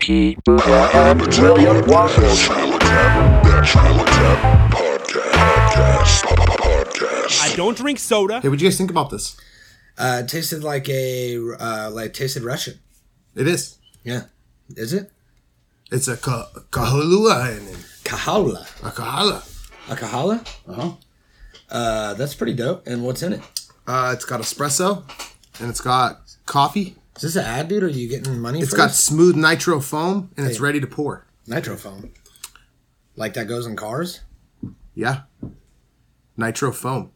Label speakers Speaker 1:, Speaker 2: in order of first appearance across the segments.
Speaker 1: P. Buddha and William Waffles.
Speaker 2: I don't drink soda.
Speaker 3: Hey, what do you guys think about this?
Speaker 4: Uh, it tasted like a uh, like tasted Russian.
Speaker 3: It is.
Speaker 4: Yeah, is it
Speaker 3: It's a ka- kahalua and
Speaker 4: kahala?
Speaker 3: a kahala.
Speaker 4: A kahala? Uh-huh. Uh, that's pretty dope. And what's in it?
Speaker 3: Uh, it's got espresso, and it's got coffee.
Speaker 4: Is this an ad, dude? Or are you getting money?
Speaker 3: It's
Speaker 4: for
Speaker 3: got
Speaker 4: this?
Speaker 3: smooth nitro foam, and it's
Speaker 4: Hey.
Speaker 3: ready to pour.
Speaker 4: nitro foam, like that goes in cars.
Speaker 3: Yeah, nitro foam.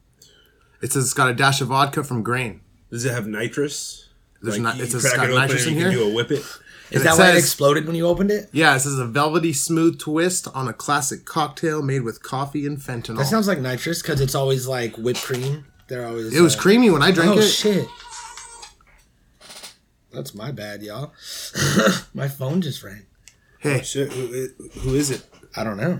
Speaker 3: It says it's got a dash of vodka from grain.
Speaker 2: Does it have nitrous?
Speaker 3: There's
Speaker 2: Like,
Speaker 3: not-
Speaker 2: you
Speaker 3: it says
Speaker 2: crack
Speaker 3: it's got
Speaker 2: it open
Speaker 3: nitrous
Speaker 2: and
Speaker 3: in
Speaker 2: you can
Speaker 3: here?
Speaker 2: do a whip it.
Speaker 4: Is
Speaker 3: And it
Speaker 4: that why it
Speaker 3: says-
Speaker 4: exploded when you opened it?
Speaker 3: Yeah, it says a velvety smooth twist on a classic cocktail made with coffee and fentanyl.
Speaker 4: That sounds like nitrous because it's always like whipped cream. They're always
Speaker 3: it was
Speaker 4: uh,
Speaker 3: creamy when I drank
Speaker 4: oh
Speaker 3: it.
Speaker 4: shit! That's my bad, y'all. my phone just rang.
Speaker 3: Hey,
Speaker 2: Shit, who, who is it?
Speaker 4: I don't know.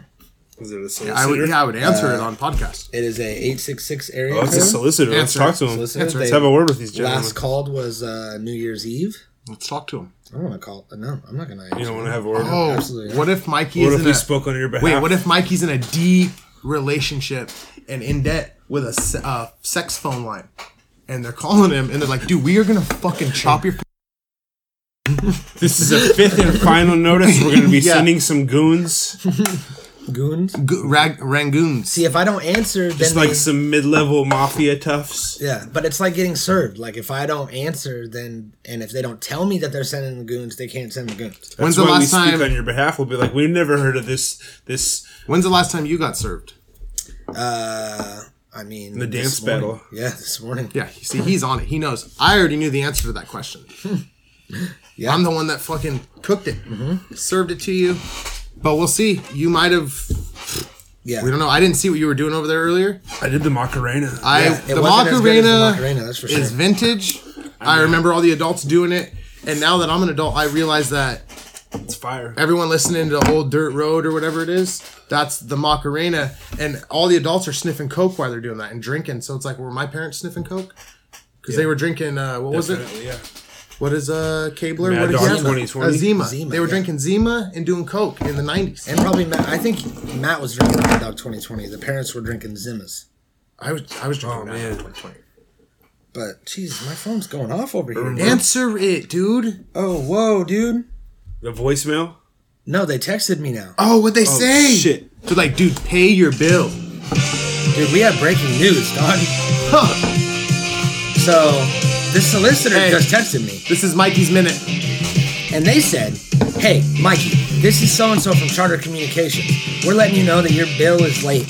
Speaker 2: Is it a solicitor?
Speaker 3: I would, yeah, I would answer
Speaker 2: Uh,
Speaker 3: it on podcast.
Speaker 4: It is a eight six six area.
Speaker 2: Oh, it's a
Speaker 4: code.
Speaker 2: solicitor. Let's
Speaker 3: Answer.
Speaker 2: talk to him.
Speaker 4: Solicitor.
Speaker 2: Let's
Speaker 4: They-
Speaker 2: have a word with these gentlemen.
Speaker 4: Last called was uh, New Year's Eve.
Speaker 3: Let's talk to him.
Speaker 4: I don't want to call. No, I'm not gonna.
Speaker 2: You don't
Speaker 4: answer.
Speaker 2: want to have a word.
Speaker 3: Oh,
Speaker 4: Absolutely.
Speaker 3: what if Mikey
Speaker 2: what
Speaker 3: is
Speaker 2: if
Speaker 3: in
Speaker 2: we
Speaker 3: a,
Speaker 2: spoke on your behalf?
Speaker 3: wait? What if Mikey's in a deep relationship and in debt with a se- uh, sex phone line, and they're calling him and they're like, "Dude, we are gonna fucking chop your."
Speaker 2: this is a fifth and final notice? We're going to be
Speaker 3: Yeah.
Speaker 2: sending some goons,
Speaker 4: goons.
Speaker 3: G- rag- Rangoons.
Speaker 4: See, if I don't answer,
Speaker 2: just
Speaker 4: then
Speaker 2: like
Speaker 4: they-
Speaker 2: some mid-level mafia toughs.
Speaker 4: yeah. But it's like getting served. Like if I don't answer, then and if they don't tell me that they're sending the goons, they can't send the goons.
Speaker 2: That's
Speaker 3: When's the
Speaker 2: why we
Speaker 3: last
Speaker 2: speak
Speaker 3: time?
Speaker 2: on your behalf. We'll be like, we've never heard of this. This
Speaker 3: When's the last time you got served?
Speaker 4: Uh, I mean
Speaker 2: The
Speaker 4: this
Speaker 2: dance
Speaker 4: morning.
Speaker 2: battle.
Speaker 4: Yeah, this morning.
Speaker 3: Yeah, you see, he's on it. He knows. I already knew the answer to that question.
Speaker 4: Yeah. Mm-hmm.
Speaker 3: I'm the one that fucking cooked it, served it to you. But we'll see. You might have.
Speaker 4: yeah.
Speaker 3: We don't know. I didn't see what you were doing over there earlier.
Speaker 2: I did the Macarena.
Speaker 3: I
Speaker 4: Yeah, it
Speaker 3: the
Speaker 4: wasn't as good as the
Speaker 3: Macarena,
Speaker 4: Macarena, that's for sure.
Speaker 3: is vintage. I remember all the adults doing it, and now that I'm an adult, I realize that
Speaker 2: it's fire.
Speaker 3: everyone listening to old dirt road or whatever it is, that's the Macarena, and all the adults are sniffing coke while they're doing that and drinking. So it's like, were my parents sniffing coke? Because they were drinking. Uh, what was it?
Speaker 2: Definitely, yeah.
Speaker 3: What is uh Cabler?
Speaker 2: Mad
Speaker 3: what is
Speaker 2: Dog
Speaker 3: Zima?
Speaker 2: 2020?
Speaker 3: Uh, Zima.
Speaker 4: Zima,
Speaker 3: They were
Speaker 4: yeah.
Speaker 3: drinking Zima and doing Coke in the nineties.
Speaker 4: And probably Matt. I think Matt was drinking Hot Dog 2020. The parents were drinking Zimmas.
Speaker 3: I was I was drinking
Speaker 2: Oh,
Speaker 3: Mad Dog
Speaker 2: man.
Speaker 3: 2020.
Speaker 4: But jeez, my phone's going off over here. dude.
Speaker 3: Answer it, dude.
Speaker 4: Oh, whoa, dude.
Speaker 2: The voicemail.
Speaker 4: No, they texted me now.
Speaker 3: Oh, what they
Speaker 2: Oh,
Speaker 3: say?
Speaker 2: shit.
Speaker 3: They're like, dude, pay your bill.
Speaker 4: Dude, we have breaking news, dog.
Speaker 3: Huh.
Speaker 4: So this solicitor
Speaker 3: Hey.
Speaker 4: just texted me,
Speaker 3: This is Mikey's minute.
Speaker 4: and they said, "Hey, Mikey, this is so and so from Charter Communications. We're letting you know that your bill is late.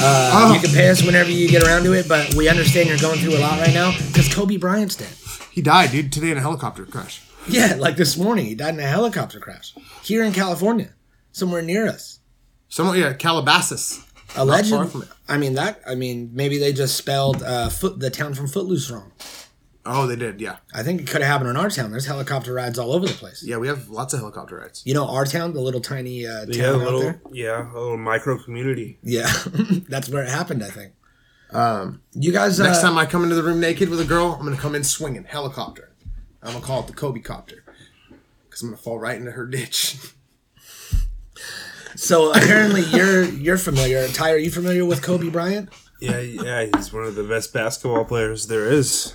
Speaker 4: Uh,
Speaker 3: Oh.
Speaker 4: You can pay us whenever you get around to it, but we understand you're going through a lot right now because Kobe Bryant's dead.
Speaker 3: He died, dude, today in a helicopter crash.
Speaker 4: Yeah, like this morning, he died in a helicopter crash here in California, somewhere near us.
Speaker 3: Someone yeah, Calabasas.
Speaker 4: A legend.
Speaker 3: far from it.
Speaker 4: I mean that. I mean maybe they just spelled uh, foot the town from Footloose wrong."
Speaker 3: Oh, they did, yeah.
Speaker 4: I think it could have happened in our town. There's helicopter rides all over the place.
Speaker 3: Yeah, we have lots of helicopter rides.
Speaker 4: You know, our town, the little tiny uh, town
Speaker 2: Yeah, a
Speaker 4: out
Speaker 2: little.
Speaker 4: there.
Speaker 2: Yeah, a little micro community.
Speaker 4: Yeah, that's where it happened. I think. Um, you guys,
Speaker 3: Next
Speaker 4: uh,
Speaker 3: time I come into the room naked with a girl, I'm gonna come in swinging helicopter. I'm gonna call it the Kobe copter. Cause I'm gonna fall right into her ditch.
Speaker 4: so apparently you're you're familiar. Ty, are you familiar with Kobe Bryant?
Speaker 2: Yeah, yeah, he's one of the best basketball players there is,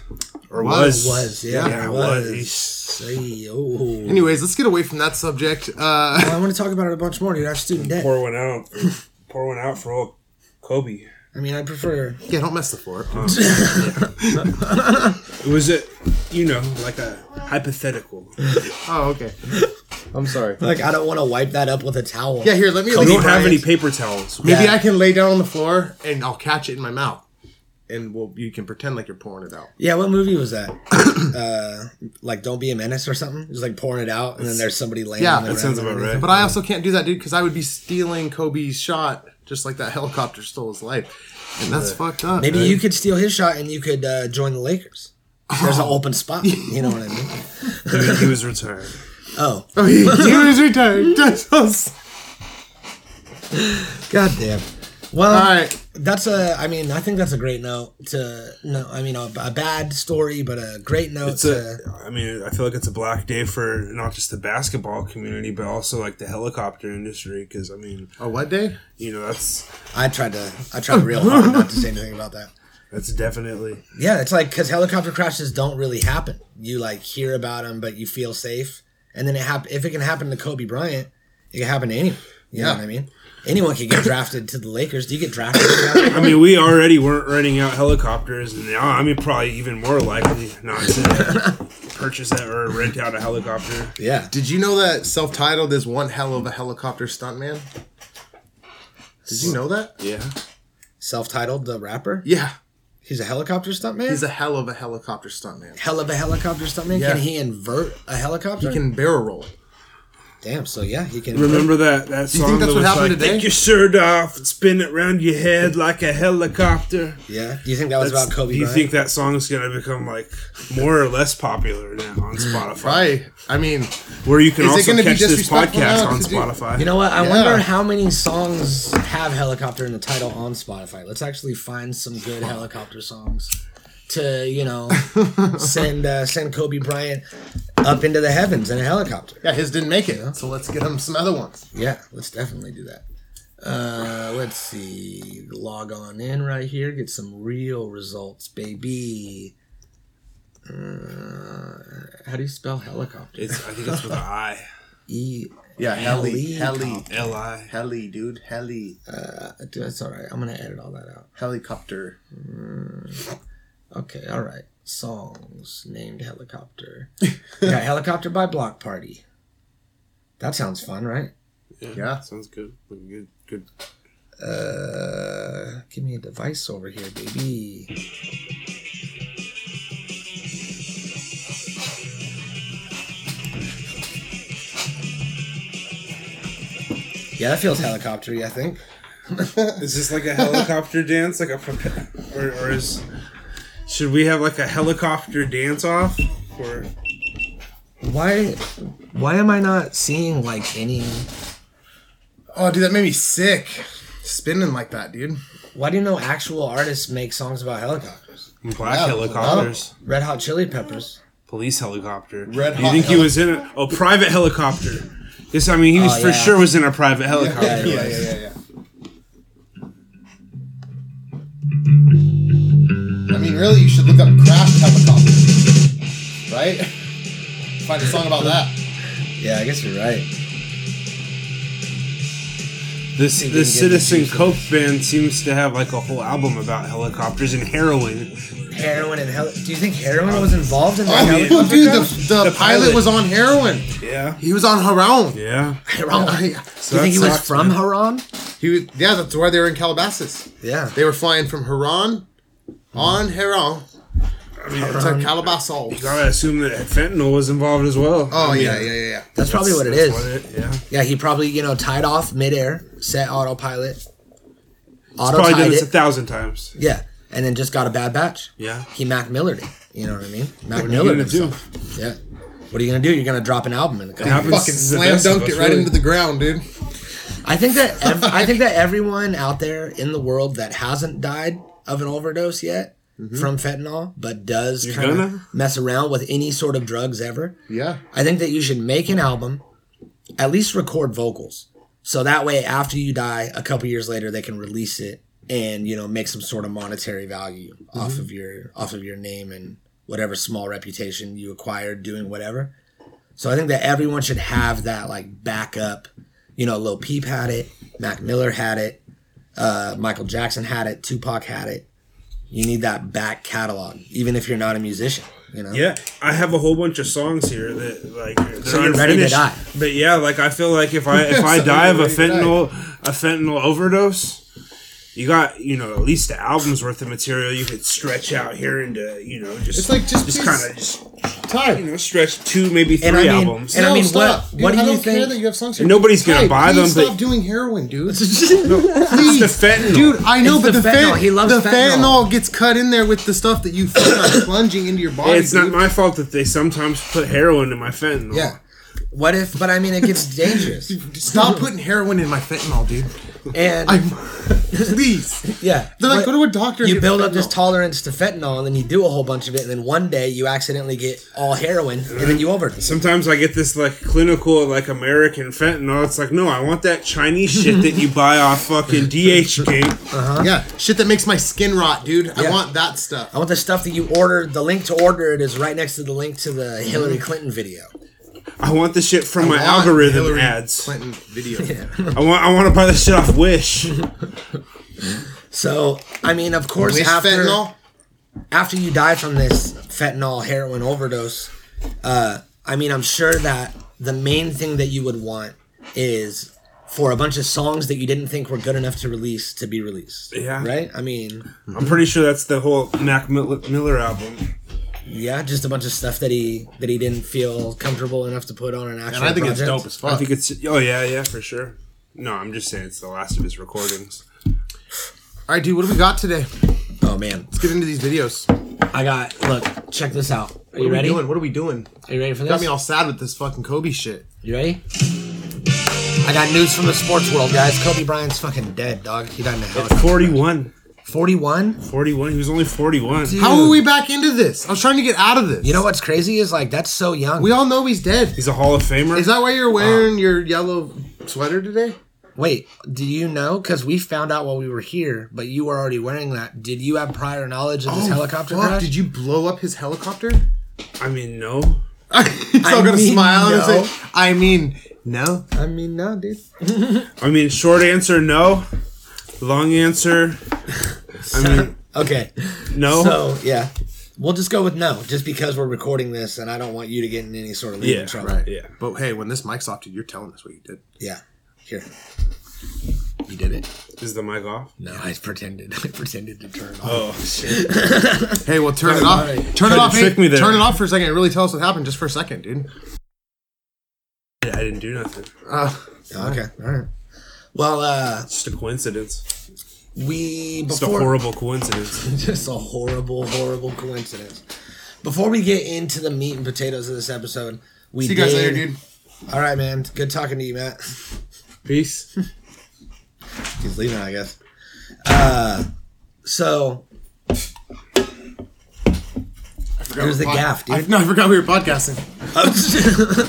Speaker 2: or
Speaker 3: Was.
Speaker 2: was.
Speaker 4: Was yeah,
Speaker 3: Yeah,
Speaker 4: was.
Speaker 2: was.
Speaker 4: Hey, oh.
Speaker 3: Anyways, let's get away from that subject. Uh,
Speaker 4: Well, I want to talk about it a bunch more, dude. Our student debt.
Speaker 2: Pour one out. pour one out for old Kobe.
Speaker 4: I mean, I prefer.
Speaker 3: yeah, don't mess the floor. up.
Speaker 2: It was a, you know, like a hypothetical. You
Speaker 3: Oh, okay. I'm sorry.
Speaker 4: Like, I don't want to wipe that up with a towel.
Speaker 3: Yeah, here, let me.
Speaker 2: don't have any
Speaker 3: Bryant.
Speaker 2: paper towels.
Speaker 3: Maybe
Speaker 4: Yeah.
Speaker 3: I can lay down on the floor and I'll catch it in my mouth, and we'll, you can pretend like you're pouring it out.
Speaker 4: Yeah, what movie was that? uh, like, don't be a menace or something. Just like pouring it out, and then there's somebody laying.
Speaker 3: Yeah,
Speaker 4: on the
Speaker 3: that
Speaker 4: ground
Speaker 2: sounds about
Speaker 4: underneath.
Speaker 2: right.
Speaker 3: But I also can't do that, dude, because I would be stealing Kobe's shot, just like that helicopter stole his life, and that's fucked up.
Speaker 4: Maybe
Speaker 3: dude.
Speaker 4: you could steal his shot and you could uh, join the Lakers. There's an open spot. You know what I mean?
Speaker 2: he was retired.
Speaker 4: Oh,
Speaker 3: Oh, he, he was retired. That's us.
Speaker 4: goddamn. Well,
Speaker 3: All right.
Speaker 4: that's a. I mean, I think that's a great note to. No, I mean, a, a bad story, but a great note
Speaker 2: It's
Speaker 4: to.
Speaker 2: a, I mean, I feel like it's a black day for not just the basketball community, but also like the helicopter industry. Because I mean,
Speaker 3: A what day?
Speaker 2: you know, that's
Speaker 4: I tried to. I tried real hard not to say anything about that.
Speaker 2: that's definitely
Speaker 4: Yeah, it's like because helicopter crashes don't really happen. You like hear about them, but you feel safe. And then it hap- If it can happen to Kobe Bryant, it can happen to anyone. You know
Speaker 3: Yeah.
Speaker 4: what I mean? Anyone can get drafted to the Lakers. Do you get drafted? to the Lakers?
Speaker 2: I mean, we already weren't renting out helicopters, and now I mean, probably even more likely not to purchase that or rent out a helicopter.
Speaker 4: yeah.
Speaker 3: Did you know that self-titled is one hell of a helicopter stuntman? Did you know that?
Speaker 2: Yeah,
Speaker 4: Self-titled the rapper.
Speaker 3: Yeah,
Speaker 4: He's a helicopter stuntman.
Speaker 3: he's a hell of a helicopter stuntman.
Speaker 4: hell of a helicopter stuntman.
Speaker 3: Yeah.
Speaker 4: Can he invert a helicopter?
Speaker 3: He can barrel roll.
Speaker 4: Damn. So yeah, he can.
Speaker 2: remember that that song?
Speaker 3: think that's
Speaker 2: that
Speaker 3: what
Speaker 2: was
Speaker 3: happened
Speaker 2: like,
Speaker 3: today?
Speaker 2: Take your shirt off and spin it round your head like a helicopter.
Speaker 4: Yeah. Do you think that was about Kobe?
Speaker 2: Do you
Speaker 4: Bryant?
Speaker 2: think that song is going to become like more or less popular now on Spotify?
Speaker 3: Right. I mean,
Speaker 2: Where you can
Speaker 3: Is it
Speaker 2: also
Speaker 3: gonna be
Speaker 2: catch this
Speaker 3: disrespectful
Speaker 2: podcast
Speaker 3: now
Speaker 2: on
Speaker 3: to do-
Speaker 2: Spotify.
Speaker 4: You know what? I
Speaker 3: Yeah.
Speaker 4: wonder how many songs have helicopter in the title on Spotify. Let's actually find some good helicopter songs to, you know, send uh, send Kobe Bryant up into the heavens in a helicopter.
Speaker 3: yeah, his didn't make it, so let's get him some other ones.
Speaker 4: Yeah, let's definitely do that. Uh, let's see. Log on in right here. Get some real results, baby. Uh, how do you spell helicopter?
Speaker 2: It's, I think it's with an I.
Speaker 4: E.
Speaker 3: Yeah, heli, heli,
Speaker 4: Helicopter.
Speaker 2: L I.
Speaker 3: heli, dude, heli,
Speaker 4: Uh, that's all right. I'm gonna edit all that out.
Speaker 3: helicopter.
Speaker 4: Okay, all right. Songs named helicopter. We got helicopter by Block Party. That sounds fun, right?
Speaker 3: Yeah.
Speaker 2: Sounds good. Looking Good. Good.
Speaker 4: Uh, give me a device over here, baby. Yeah, that feels helicoptery. I think.
Speaker 2: Is this like a helicopter dance? Like a. prope- Or, or is. Should we have like a helicopter dance off? Or.
Speaker 4: Why? Why am I not seeing like any?
Speaker 3: Oh, dude, that made me sick. Spinning like that, dude.
Speaker 4: Why do no actual artists make songs about helicopters?
Speaker 2: Black
Speaker 3: Yeah,
Speaker 2: helicopters.
Speaker 4: Red Hot Chili Peppers.
Speaker 2: Police helicopter.
Speaker 3: Red
Speaker 2: Do you
Speaker 3: hot
Speaker 2: think he
Speaker 3: heli-
Speaker 2: was in a. Oh, private helicopter. Yes, I mean, he was
Speaker 4: Oh,
Speaker 2: for
Speaker 4: yeah.
Speaker 2: sure was in a private helicopter.
Speaker 4: Yeah, yeah,
Speaker 3: yeah, yeah. I mean, really, you should look up crash helicopter, right? Find a song about that.
Speaker 4: Yeah, I guess you're right.
Speaker 2: This
Speaker 4: didn't
Speaker 2: this
Speaker 4: get
Speaker 2: Citizen
Speaker 4: any juice
Speaker 2: Coke band seems to have like a whole album about helicopters and heroin.
Speaker 4: Heroin and hell. Do you think heroin was involved in that?
Speaker 3: Oh,
Speaker 2: mean-
Speaker 4: helicopter
Speaker 3: dude, the,
Speaker 4: crash?
Speaker 3: the,
Speaker 2: The
Speaker 3: pilot,
Speaker 2: pilot.
Speaker 3: was on heroin.
Speaker 2: Yeah.
Speaker 3: He was on heroin.
Speaker 2: Yeah.
Speaker 3: Heroin.
Speaker 4: do you
Speaker 2: that
Speaker 4: think he was
Speaker 2: sucks,
Speaker 4: from
Speaker 2: man.
Speaker 4: Haran?
Speaker 3: He was, yeah, that's why they were in Calabasas.
Speaker 4: Yeah.
Speaker 3: They were flying from Haran on Heron
Speaker 2: I mean,
Speaker 3: to
Speaker 2: it's-
Speaker 3: Calabasas.
Speaker 2: you gotta assume that fentanyl was involved as well.
Speaker 3: Oh
Speaker 2: I mean,
Speaker 3: yeah, yeah, yeah, yeah.
Speaker 4: That's probably what it
Speaker 2: that's
Speaker 4: is.
Speaker 2: yeah.
Speaker 4: Yeah, he probably you know tied off midair, set autopilot, auto
Speaker 2: Probably done
Speaker 4: tied
Speaker 2: this a
Speaker 4: it.
Speaker 2: thousand times.
Speaker 4: Yeah, and then just got a bad batch.
Speaker 2: Yeah.
Speaker 4: He Mac Millered it. You know what I mean? Mac
Speaker 2: What are you
Speaker 4: Millered
Speaker 2: gonna do?
Speaker 4: himself. Yeah. What are you gonna do? You're gonna drop an album in the country.
Speaker 2: happens
Speaker 3: Fucking
Speaker 2: to the
Speaker 3: slam
Speaker 2: best of
Speaker 3: dunked
Speaker 2: us,
Speaker 3: it right
Speaker 2: really.
Speaker 3: into the ground, dude.
Speaker 4: I think that ev- I think that everyone out there in the world that hasn't died of an overdose yet
Speaker 2: Mm-hmm.
Speaker 4: from fentanyl, but does kind of
Speaker 2: gonna?
Speaker 4: mess around with any sort of drugs ever,
Speaker 3: Yeah.
Speaker 4: I think that you should make an album, at least record vocals, so that way after you die, a couple years later, they can release it and you know make some sort of monetary value off of your off of your name and whatever small reputation you acquired doing whatever. So I think that everyone should have that like backup. You know, Lil Peep had it, Mac Miller had it, uh, Michael Jackson had it, Tupac had it. You need that back catalog, even if you're not a musician. You know,
Speaker 2: Yeah, I have a whole bunch of songs here that like they're
Speaker 4: So you're ready to
Speaker 2: unfinished.
Speaker 4: die.
Speaker 2: But yeah, like I feel like if I if I
Speaker 3: So
Speaker 2: die of
Speaker 3: you're
Speaker 2: a
Speaker 3: ready to die.
Speaker 2: fentanyl a fentanyl overdose, you got you know at least the album's worth of material you could stretch out here into you know just
Speaker 3: It's like, just
Speaker 2: just
Speaker 3: please-
Speaker 2: kind of just
Speaker 3: Time.
Speaker 2: you know stretch two maybe three
Speaker 4: And I mean-
Speaker 2: albums.
Speaker 4: and I mean,
Speaker 3: stop.
Speaker 4: what-
Speaker 3: Dude,
Speaker 4: what do
Speaker 3: I
Speaker 4: you
Speaker 3: don't care
Speaker 4: think-
Speaker 3: that you have songs
Speaker 2: And nobody's gonna
Speaker 3: Hey,
Speaker 2: buy
Speaker 3: please
Speaker 2: them,
Speaker 3: Stop
Speaker 2: but-
Speaker 3: doing heroin, dude.
Speaker 2: It's the fentanyl.
Speaker 3: Dude, I know,
Speaker 4: It's
Speaker 3: but
Speaker 4: the
Speaker 3: the,
Speaker 4: fentanyl.
Speaker 3: fent-
Speaker 4: He loves
Speaker 3: the
Speaker 4: fentanyl.
Speaker 3: fentanyl. gets cut in there with the stuff that you fucking are plunging into your body.
Speaker 2: it's not
Speaker 3: dude.
Speaker 2: my fault that they sometimes put heroin in my fentanyl.
Speaker 4: Yeah. What if? But I mean, it gets dangerous.
Speaker 3: Stop putting heroin in my fentanyl, dude.
Speaker 4: And
Speaker 3: I'm, please.
Speaker 4: yeah,
Speaker 3: They're like,
Speaker 4: What-
Speaker 3: go to a doctor. and
Speaker 4: you
Speaker 3: get
Speaker 4: build up this
Speaker 3: fentanyl.
Speaker 4: tolerance to fentanyl, and then you do a whole bunch of it, and then one day you accidentally get all heroin, and then you overdose.
Speaker 2: Sometimes I get this like clinical like American fentanyl. It's like, no, I want that Chinese shit that you buy off fucking DHgate.
Speaker 3: Yeah, shit that makes my skin rot, dude. I
Speaker 4: Yeah.
Speaker 3: want that stuff.
Speaker 4: I want the stuff that you ordered. The link to order it is right next to the link to the
Speaker 3: Mm-hmm.
Speaker 4: Hillary Clinton video.
Speaker 2: I want the shit from my
Speaker 3: I want
Speaker 2: algorithm
Speaker 3: Hillary
Speaker 2: ads.
Speaker 3: Clinton video.
Speaker 2: I want I want to buy this shit off Wish.
Speaker 4: So I mean, of course,
Speaker 3: Wish
Speaker 4: after
Speaker 3: fentanyl.
Speaker 4: after you die from this fentanyl heroin overdose, uh, I mean, I'm sure that the main thing that you would want is for a bunch of songs that you didn't think were good enough to release to be released.
Speaker 2: Yeah.
Speaker 4: Right? I mean,
Speaker 2: I'm pretty sure that's the whole Mac Mil- Miller album.
Speaker 4: yeah, just a bunch of stuff that he that he didn't feel comfortable enough to put on an actual.
Speaker 3: And I think it's
Speaker 4: project.
Speaker 3: dope as fuck.
Speaker 2: I think it's oh yeah yeah for sure. No, I'm just saying it's the last of his recordings.
Speaker 3: All right, dude. What do we got today?
Speaker 4: Oh man,
Speaker 3: Let's get into these videos.
Speaker 4: I got. Look, check this out. Are you
Speaker 3: What are
Speaker 4: ready?
Speaker 3: we doing? What are we doing?
Speaker 4: Are you ready for
Speaker 3: Got
Speaker 4: this?
Speaker 3: me all sad with this fucking Kobe shit.
Speaker 4: You ready? I got news from the sports world, guys. Kobe Bryant's fucking dead, dog. He died in a helicopter.
Speaker 2: 41,
Speaker 4: 41?
Speaker 2: 41. He was only 41.
Speaker 3: How are we back into this? I was trying to get out of this.
Speaker 4: You know what's crazy is like that's so young.
Speaker 3: We all know he's dead.
Speaker 2: He's a Hall of Famer.
Speaker 3: Is that why you're wearing your yellow sweater today?
Speaker 4: Wait, do you know? Because we found out while we were here, but you were already wearing that. Did you have prior knowledge of this helicopter
Speaker 3: Oh, fuck,
Speaker 4: crash?
Speaker 3: Did you blow up his helicopter?
Speaker 2: I mean, no.
Speaker 3: he's all
Speaker 4: I
Speaker 3: gonna
Speaker 4: mean,
Speaker 3: smile
Speaker 4: no.
Speaker 3: and say, "I mean, no."
Speaker 4: I mean, no, dude.
Speaker 2: I mean, short answer no. Long answer, I mean,
Speaker 4: Okay.
Speaker 2: no.
Speaker 4: So yeah, we'll just go with no, just because we're recording this, and I don't want you to get in any sort of legal
Speaker 2: Yeah,
Speaker 4: trouble.
Speaker 3: Right.
Speaker 2: Yeah.
Speaker 3: But hey, when this mic's off, dude, you're telling us what you did.
Speaker 4: Yeah. Here. You did it.
Speaker 2: Is the mic off?
Speaker 4: No, I pretended. I pretended to turn off.
Speaker 2: Oh shit!
Speaker 3: Hey, well, turn it off.
Speaker 4: all right.
Speaker 3: Turn
Speaker 2: Tried
Speaker 3: it
Speaker 2: to
Speaker 3: off.
Speaker 2: trick
Speaker 3: hey,
Speaker 2: me there.
Speaker 3: Turn it off for a second. and Really tell us what happened, just for a second, dude.
Speaker 2: I didn't do nothing.
Speaker 3: Uh,
Speaker 4: okay. All right. Well, uh,
Speaker 2: It's just a coincidence.
Speaker 4: we
Speaker 2: It's a
Speaker 4: before
Speaker 2: horrible coincidence.
Speaker 4: just a horrible, horrible coincidence. Before we get into the meat and potatoes of this episode, we
Speaker 3: see you guys
Speaker 4: did-
Speaker 3: later, dude.
Speaker 4: All right, man. Good talking to you, Matt.
Speaker 2: Peace.
Speaker 4: He's leaving, I guess. Uh, so Here's the gaff, dude.
Speaker 3: I, no, I forgot we were podcasting.
Speaker 4: I thought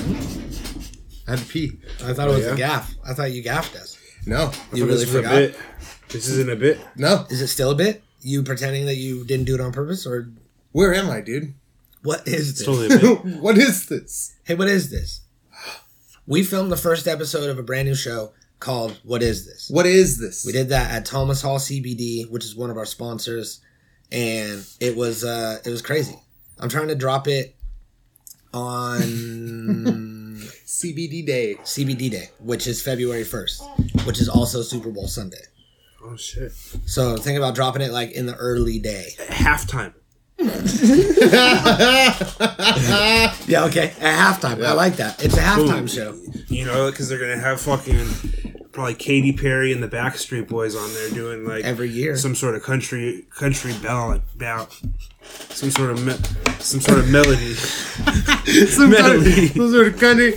Speaker 3: I had to pee.
Speaker 4: it was a gaff. I thought you gaffed us.
Speaker 3: No,
Speaker 4: You really
Speaker 2: this is
Speaker 4: forgot.
Speaker 2: a bit. This isn't a bit.
Speaker 3: no.
Speaker 4: Is it still a bit? You pretending that you didn't do it on purpose, or
Speaker 3: Where am I, dude?
Speaker 4: what is this?
Speaker 2: Totally a bit.
Speaker 3: what is this?
Speaker 4: Hey, what is this? We filmed the first episode of a brand new show called "What Is This."
Speaker 3: What is this?
Speaker 4: We did that at Thomas Hall CBD, which is one of our sponsors, and it was uh it was crazy. I'm trying to drop it on
Speaker 3: CBD day.
Speaker 4: CBD Day, which is February 1st, which is also Super Bowl Sunday.
Speaker 2: Oh shit!
Speaker 4: So think about dropping it like in the early day.
Speaker 2: Halftime.
Speaker 4: Yeah, okay. At halftime. I like that. It's a halftime show.
Speaker 2: You know, because they're gonna have fucking probably Katy Perry and the Backstreet Boys on there doing like
Speaker 4: Every year.
Speaker 2: some sort of country country ballad, ball, some sort of me- some sort of melody,
Speaker 3: Some sort of-
Speaker 2: Medley.
Speaker 3: some sort of country.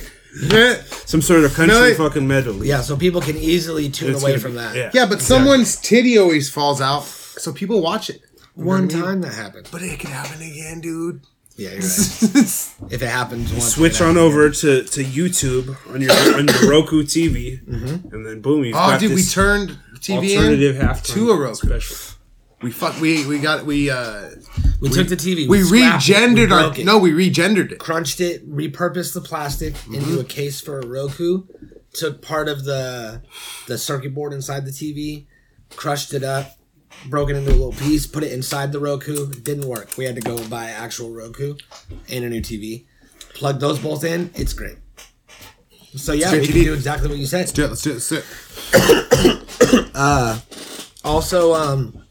Speaker 3: Yeah,
Speaker 2: some sort of country
Speaker 3: Melody.
Speaker 2: fucking medley.
Speaker 4: Yeah, so people can easily tune
Speaker 2: It's
Speaker 4: away
Speaker 2: gonna
Speaker 4: from
Speaker 2: be-
Speaker 4: that.
Speaker 2: Yeah.
Speaker 3: Yeah, but someone's titty always falls out, so people watch it.
Speaker 4: One time that happened.
Speaker 3: But it could happen again, dude. Oh,
Speaker 4: Yeah, you're right. If it happens once.
Speaker 2: Switch
Speaker 4: it
Speaker 2: on
Speaker 4: happens.
Speaker 2: over to, to YouTube on your on your Roku TV, and then boom, you've
Speaker 3: oh,
Speaker 2: got
Speaker 3: dude, we
Speaker 2: this
Speaker 3: turned TV
Speaker 2: alternative
Speaker 3: in
Speaker 2: halftime
Speaker 3: to a Roku.
Speaker 2: special.
Speaker 3: We fuck. We we got we uh
Speaker 4: We, took the TV.
Speaker 3: we
Speaker 4: scrapped it,
Speaker 3: regendered
Speaker 4: we
Speaker 3: our
Speaker 4: broke it.
Speaker 3: no, we regendered it.
Speaker 4: crunched it, repurposed the plastic into a case for a Roku, took part of the the circuit board inside the TV, crushed it up, broke it into a little piece, put it inside the Roku. Didn't work. We had to go buy actual Roku and a new TV. Plug those both in. It's great. So yeah,
Speaker 3: great
Speaker 4: we can
Speaker 3: TV.
Speaker 4: do exactly what you said.
Speaker 3: Dude, let's do it. Let's do it.
Speaker 4: Also, um,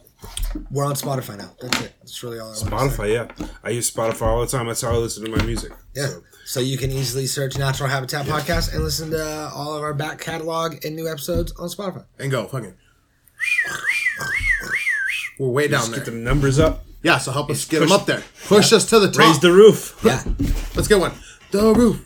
Speaker 4: we're on Spotify now. That's it. That's really all I want.
Speaker 2: Spotify, yeah, I use Spotify all the time. That's how I listen to my music.
Speaker 4: Yeah.
Speaker 2: So,
Speaker 4: So you can easily search Natural Habitat Podcast and listen to all of our back catalog and new episodes on Spotify.
Speaker 3: and go fucking. We're way down
Speaker 2: just
Speaker 3: there.
Speaker 2: get the numbers up,
Speaker 3: yeah, so help us get them
Speaker 2: push-
Speaker 3: up there. Push us to the top.
Speaker 2: raise the roof.
Speaker 4: Yeah.
Speaker 3: Let's get one. The roof,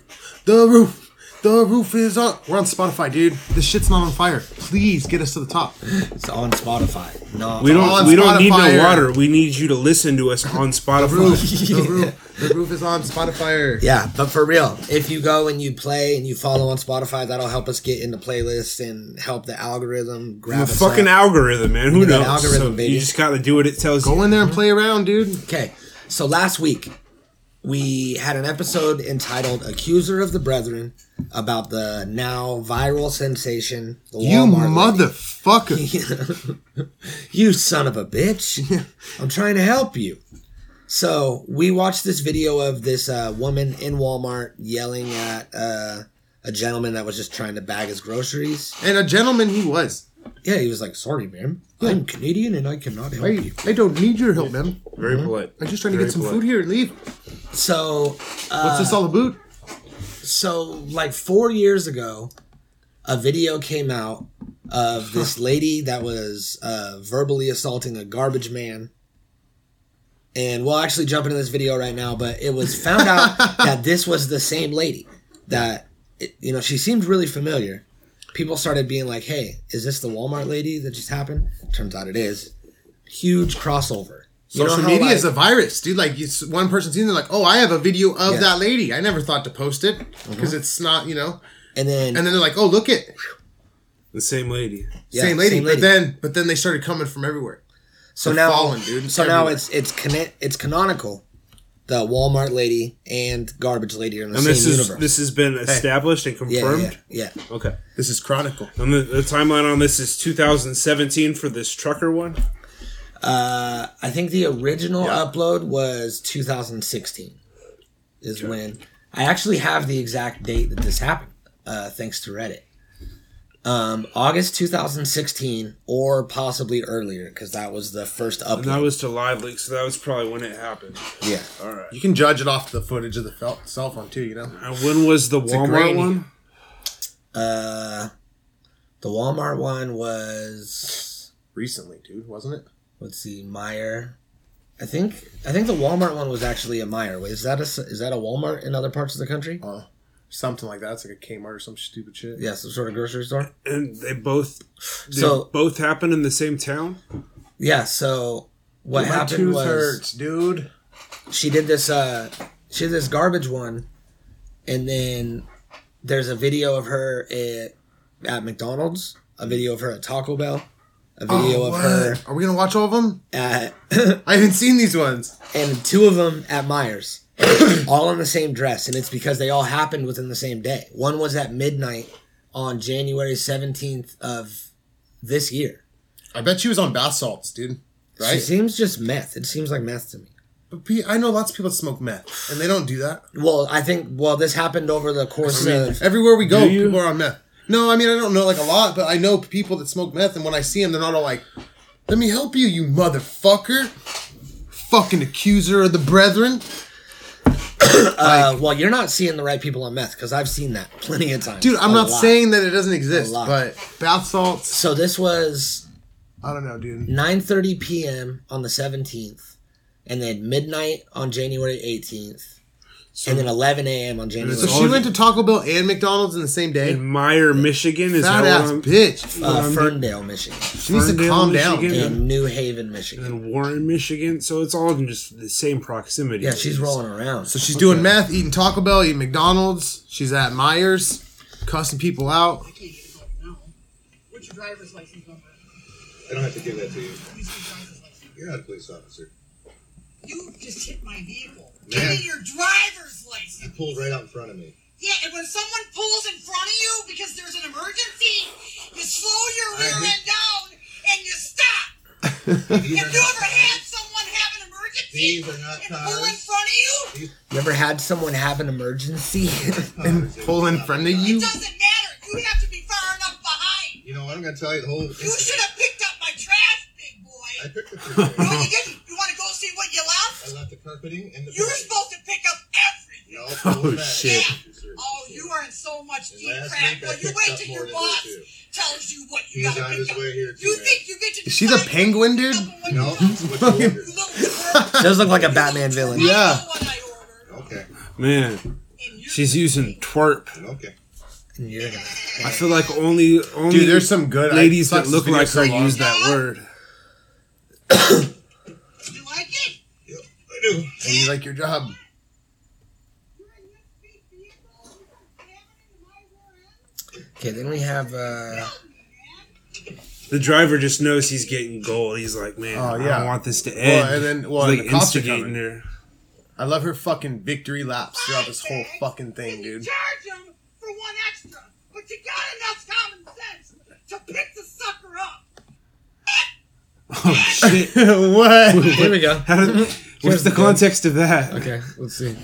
Speaker 3: the roof, The roof is on. We're on Spotify, dude. This shit's not on fire. Please get us to the top.
Speaker 4: It's on Spotify. No,
Speaker 2: We don't.
Speaker 3: on
Speaker 2: we don't need
Speaker 3: Spotify.
Speaker 2: no water. We need you to listen to us on
Speaker 3: Roof.
Speaker 2: Spotify.
Speaker 3: The roof. The roof is on Spotify.
Speaker 4: Yeah, but for real, if you go and you play and you follow on Spotify, that'll help us get into playlists and help the algorithm grab
Speaker 2: the
Speaker 4: us
Speaker 2: fucking
Speaker 4: up.
Speaker 2: algorithm, man. Who
Speaker 4: need that
Speaker 2: knows? So
Speaker 4: algorithm, baby.
Speaker 2: You just gotta do what it tells
Speaker 3: Go
Speaker 2: you.
Speaker 3: in there and play around, dude.
Speaker 4: Okay, so last week we had an episode entitled "Accuser of the Brethren" about the now viral sensation. The
Speaker 3: You
Speaker 4: Walmart lady.
Speaker 3: motherfucker.
Speaker 4: you son of a bitch! I'm trying to help you. So we watched this video of this uh, woman in Walmart yelling at uh, a gentleman that was just trying to bag his groceries.
Speaker 3: And a gentleman he was.
Speaker 4: Yeah, he was like, "Sorry, ma'am, I'm Canadian and I cannot help
Speaker 3: I,
Speaker 4: you."
Speaker 3: I don't need your help, man.
Speaker 2: Very polite.
Speaker 3: I'm just trying to
Speaker 2: Very
Speaker 3: get some
Speaker 2: polite.
Speaker 3: food here and leave.
Speaker 4: So
Speaker 3: What's this all about?
Speaker 4: so like four years ago a video came out of this lady that was uh, verbally assaulting a garbage man and we'll actually jump into this video right now but it was found out that this was the same lady that it- you know she seemed really familiar people started being like hey is this the walmart lady that just happened turns out it is huge crossover You know
Speaker 3: Social
Speaker 4: how,
Speaker 3: media
Speaker 4: like-
Speaker 3: is a virus, dude. Like it's one person's seen, they're like, "Oh, I have a video of
Speaker 4: Yeah.
Speaker 3: that lady. I never thought to post it because it's not, you know."
Speaker 4: and then
Speaker 3: And then they're like, "Oh, look it,
Speaker 2: The same lady.
Speaker 4: yeah,
Speaker 3: same, lady. But then, but then they started coming from everywhere.
Speaker 4: So
Speaker 3: They're
Speaker 4: now,
Speaker 3: falling, dude.
Speaker 4: so now
Speaker 3: Everywhere.
Speaker 4: it's it's connect, it's canonical. The Walmart lady and garbage lady are in the
Speaker 2: And
Speaker 4: same
Speaker 2: this is
Speaker 4: universe.
Speaker 2: this has been established and
Speaker 4: yeah, yeah,
Speaker 2: confirmed.
Speaker 4: yeah, yeah.
Speaker 2: Okay.
Speaker 3: This is chronicle.
Speaker 2: And the, the timeline on this is 2017 for this trucker one.
Speaker 4: I think the original upload was 2016. Is when I actually have the exact date that this happened, uh, thanks to Reddit. Um, August 2016, or possibly earlier, because that was the first upload.
Speaker 2: And that was to live leak, so that was probably when it happened.
Speaker 4: yeah,
Speaker 2: All right.
Speaker 3: You can judge it off the footage of the fel- cell phone too, you know.
Speaker 2: And when was the
Speaker 3: a
Speaker 2: Walmart
Speaker 3: grainy.
Speaker 2: one?
Speaker 4: the Walmart one was
Speaker 3: Recently, dude, wasn't it?
Speaker 4: let's see Meyer. I think I think the Walmart one was actually a Meyer. Wait, Is that a s- is that a Walmart in other parts of the country?
Speaker 3: Uh, something like that. It's like a Kmart or some stupid shit.
Speaker 4: Yeah, some sort of grocery store.
Speaker 2: And they both they
Speaker 4: So-
Speaker 2: both happened in the same town.
Speaker 4: Yeah. So what
Speaker 3: My
Speaker 4: happened
Speaker 3: tooth
Speaker 4: was
Speaker 3: hurts, dude.
Speaker 4: she did this uh she did this garbage one, and then there's a video of her at at McDonald's, a video of her at Taco Bell, a video
Speaker 3: Oh,
Speaker 4: of
Speaker 3: what?
Speaker 4: her
Speaker 3: Are we gonna watch all of them?
Speaker 4: at
Speaker 3: I haven't seen these ones.
Speaker 4: and two of them at Myers, all in the same dress, and it's because they all happened within the same day. One was at midnight on January seventeenth of this year.
Speaker 3: I bet she was on bath salts, dude.
Speaker 4: She
Speaker 3: Right?
Speaker 4: seems just meth. It seems like meth to me.
Speaker 3: But P- I know lots of people that smoke meth, and they don't do that.
Speaker 4: Well, I think well this happened over the course of
Speaker 3: Everywhere we go,
Speaker 2: Do you?
Speaker 3: people are on meth. No, I mean I don't know like a lot, but I know people that smoke meth, and when I see them, they're not all like, "Let me help you, you motherfucker, fucking accuser of the brethren."
Speaker 4: uh, well you're not seeing the right people on meth because I've seen that plenty of times.
Speaker 3: Dude, I'm
Speaker 4: A
Speaker 3: not
Speaker 4: lot.
Speaker 3: saying that it doesn't exist,
Speaker 4: lot.
Speaker 3: but bath salts.
Speaker 4: so. This was
Speaker 3: I don't know, dude.
Speaker 4: 9:30 p.m. on the 17th, and then midnight on January 18th, and then 11 a.m. on January.
Speaker 3: So she went to Taco Bell and McDonald's in the same day.
Speaker 2: In Meyer, Michigan is
Speaker 3: Fat
Speaker 2: that
Speaker 3: ass
Speaker 2: on
Speaker 3: bitch.
Speaker 4: uh, Ferndale, Michigan,
Speaker 3: She needs to
Speaker 2: Ferndale,
Speaker 3: calm down.
Speaker 2: Michigan?
Speaker 3: dude.
Speaker 4: and New Haven, Michigan.
Speaker 2: and Warren, Michigan. So it's all in just the same proximity.
Speaker 4: Yeah, she's rolling around.
Speaker 3: So she's doing meth, eating Taco Bell, eating McDonald's. She's at Myers, cussing people out.
Speaker 5: What's your driver's license number?
Speaker 6: I don't have to give that to you.
Speaker 5: Who's your driver's license?
Speaker 6: You're not a police officer.
Speaker 5: You just hit my vehicle.
Speaker 6: Yeah.
Speaker 5: Give me your driver's license.
Speaker 6: You pulled right out in front of me.
Speaker 5: Yeah, and when someone pulls in front of you because there's an emergency, you slow your rear
Speaker 6: hit-
Speaker 5: end down and you stop.
Speaker 6: These
Speaker 5: Have
Speaker 6: are
Speaker 5: you
Speaker 6: not,
Speaker 5: ever had someone have an emergency
Speaker 6: These are not
Speaker 5: and pull in
Speaker 6: cars.
Speaker 5: front of you?
Speaker 4: You ever had someone have an emergency?
Speaker 3: and pull in front of
Speaker 5: It
Speaker 3: you.
Speaker 5: doesn't matter. You have to be far enough behind.
Speaker 6: you know what? I'm going to tell you the whole.
Speaker 5: You should have picked up my trash, big
Speaker 6: I
Speaker 5: boy.
Speaker 6: picked up the
Speaker 5: No,
Speaker 6: carpeting.
Speaker 5: you didn't. You want to go see what you
Speaker 6: I
Speaker 5: left?
Speaker 6: left the carpeting and the.
Speaker 5: You're supposed to pick up everything.
Speaker 6: No, pull it back.
Speaker 2: shit.
Speaker 5: Oh, you are in so much
Speaker 6: And
Speaker 5: deep
Speaker 6: last
Speaker 5: crap.
Speaker 6: week I
Speaker 5: Well, you
Speaker 6: picked
Speaker 5: wait
Speaker 6: up
Speaker 5: till
Speaker 6: more
Speaker 5: your
Speaker 6: than this,
Speaker 5: boss
Speaker 6: too.
Speaker 5: tells you what you
Speaker 6: He's
Speaker 5: gotta
Speaker 6: on
Speaker 5: pick
Speaker 6: his
Speaker 5: up.
Speaker 6: way here, too,
Speaker 5: you
Speaker 6: man.
Speaker 5: think you get to
Speaker 3: Is she the
Speaker 5: decide
Speaker 3: penguin,
Speaker 5: what you
Speaker 3: dude?
Speaker 5: pick up and what
Speaker 6: No,
Speaker 5: you don't?
Speaker 6: it's what you ordered.
Speaker 5: You little jerk.
Speaker 4: Does look like a Batman villain.
Speaker 5: I
Speaker 3: Yeah.
Speaker 5: know what I ordered,
Speaker 6: Okay,
Speaker 2: Man,
Speaker 5: and you're
Speaker 2: she's using twerp.
Speaker 6: okay.
Speaker 4: and you're gonna
Speaker 2: I feel like only only
Speaker 3: Dude, there's some good- I-
Speaker 2: ladies
Speaker 3: sucks
Speaker 2: that look
Speaker 3: this video
Speaker 2: like
Speaker 3: so
Speaker 2: her
Speaker 3: long.
Speaker 2: use that word.
Speaker 5: You like it?
Speaker 6: I do.
Speaker 3: And you like your job.
Speaker 4: Okay, then we have uh
Speaker 2: The driver just knows he's getting gold. He's like, man,
Speaker 3: Oh,
Speaker 2: I
Speaker 3: yeah.
Speaker 2: don't want this to end.
Speaker 3: and then- well,
Speaker 2: He's
Speaker 3: and
Speaker 2: like
Speaker 3: the cops are
Speaker 2: instigating
Speaker 3: coming.
Speaker 2: her.
Speaker 3: I love her fucking victory laps throughout this whole fucking thing, dude.
Speaker 5: Charge him for one extra, but you got enough common sense to pick the sucker up.
Speaker 2: Oh shit!
Speaker 3: what?
Speaker 4: here we go.
Speaker 2: How did, what's the context of that?
Speaker 4: Okay, let's see.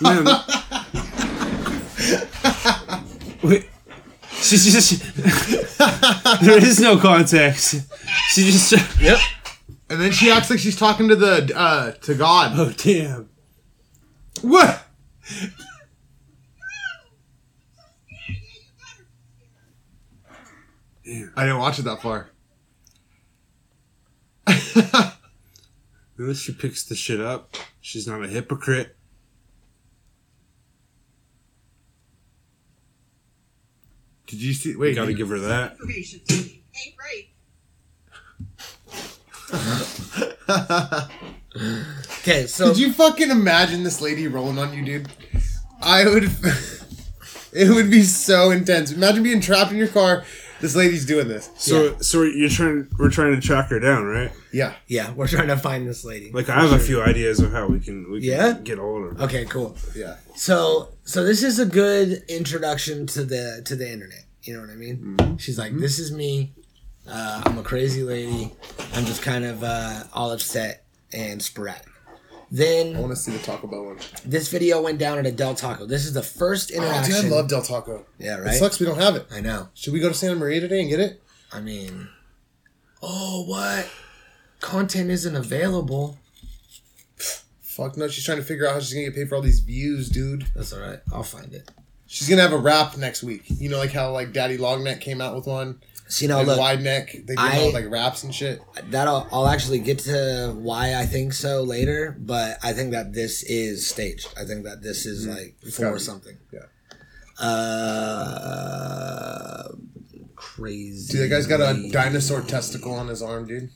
Speaker 2: No. Wait. She she just. there is no context. She just.
Speaker 3: Yep. And then she acts like she's talking to the uh to God.
Speaker 2: Oh damn!
Speaker 3: What? I didn't watch it that far.
Speaker 2: Unless she picks the shit up, she's not a hypocrite.
Speaker 3: Did you see?
Speaker 2: We
Speaker 3: Wait,
Speaker 2: gotta
Speaker 3: did-
Speaker 2: give her that.
Speaker 5: Ain't great.
Speaker 4: Okay, so
Speaker 3: Could you fucking imagine this lady rolling on you, dude? I would. It would be so intense. Imagine being trapped in your car. This lady's doing this.
Speaker 2: So so you're trying. We're trying to track her down, right?
Speaker 3: Yeah.
Speaker 4: yeah, we're trying to find this lady.
Speaker 2: Like I have a few ideas of how we can. We can
Speaker 4: Yeah?
Speaker 2: Get older.
Speaker 4: Okay, cool.
Speaker 3: Yeah.
Speaker 4: So so this is a good introduction to the to the internet. You know what I mean?
Speaker 3: Mm-hmm.
Speaker 4: She's like, this is me. Uh, I'm a crazy lady. I'm just kind of uh, all upset and sporadic.
Speaker 3: I
Speaker 4: Then
Speaker 3: want to see the Taco Bell one.
Speaker 4: this video went down at a Del Taco. This is the first
Speaker 3: Oh,
Speaker 4: interaction.
Speaker 3: dude, I love Del Taco.
Speaker 4: yeah,
Speaker 3: It
Speaker 4: right.
Speaker 3: sucks we don't have it.
Speaker 4: I know.
Speaker 3: Should we go to Santa Maria today and get it?
Speaker 4: I mean, oh what? Content isn't available.
Speaker 3: Fuck no. She's trying to figure out how she's gonna get paid for all these views, dude.
Speaker 4: That's all right. I'll find it.
Speaker 3: She's gonna have a rap next week. You know, like how like Daddy Longneck came out with one.
Speaker 4: See now,
Speaker 3: like
Speaker 4: look,
Speaker 3: wide neck. They came
Speaker 4: I-
Speaker 3: out with like raps and shit.
Speaker 4: that'll I'll actually get to why I think so later, but I think that this is staged. I think that this is like
Speaker 3: gotta
Speaker 4: for
Speaker 3: be.
Speaker 4: something.
Speaker 3: Yeah.
Speaker 4: Uh, crazy.
Speaker 3: Dude, that guy's got a dinosaur testicle on his arm, dude.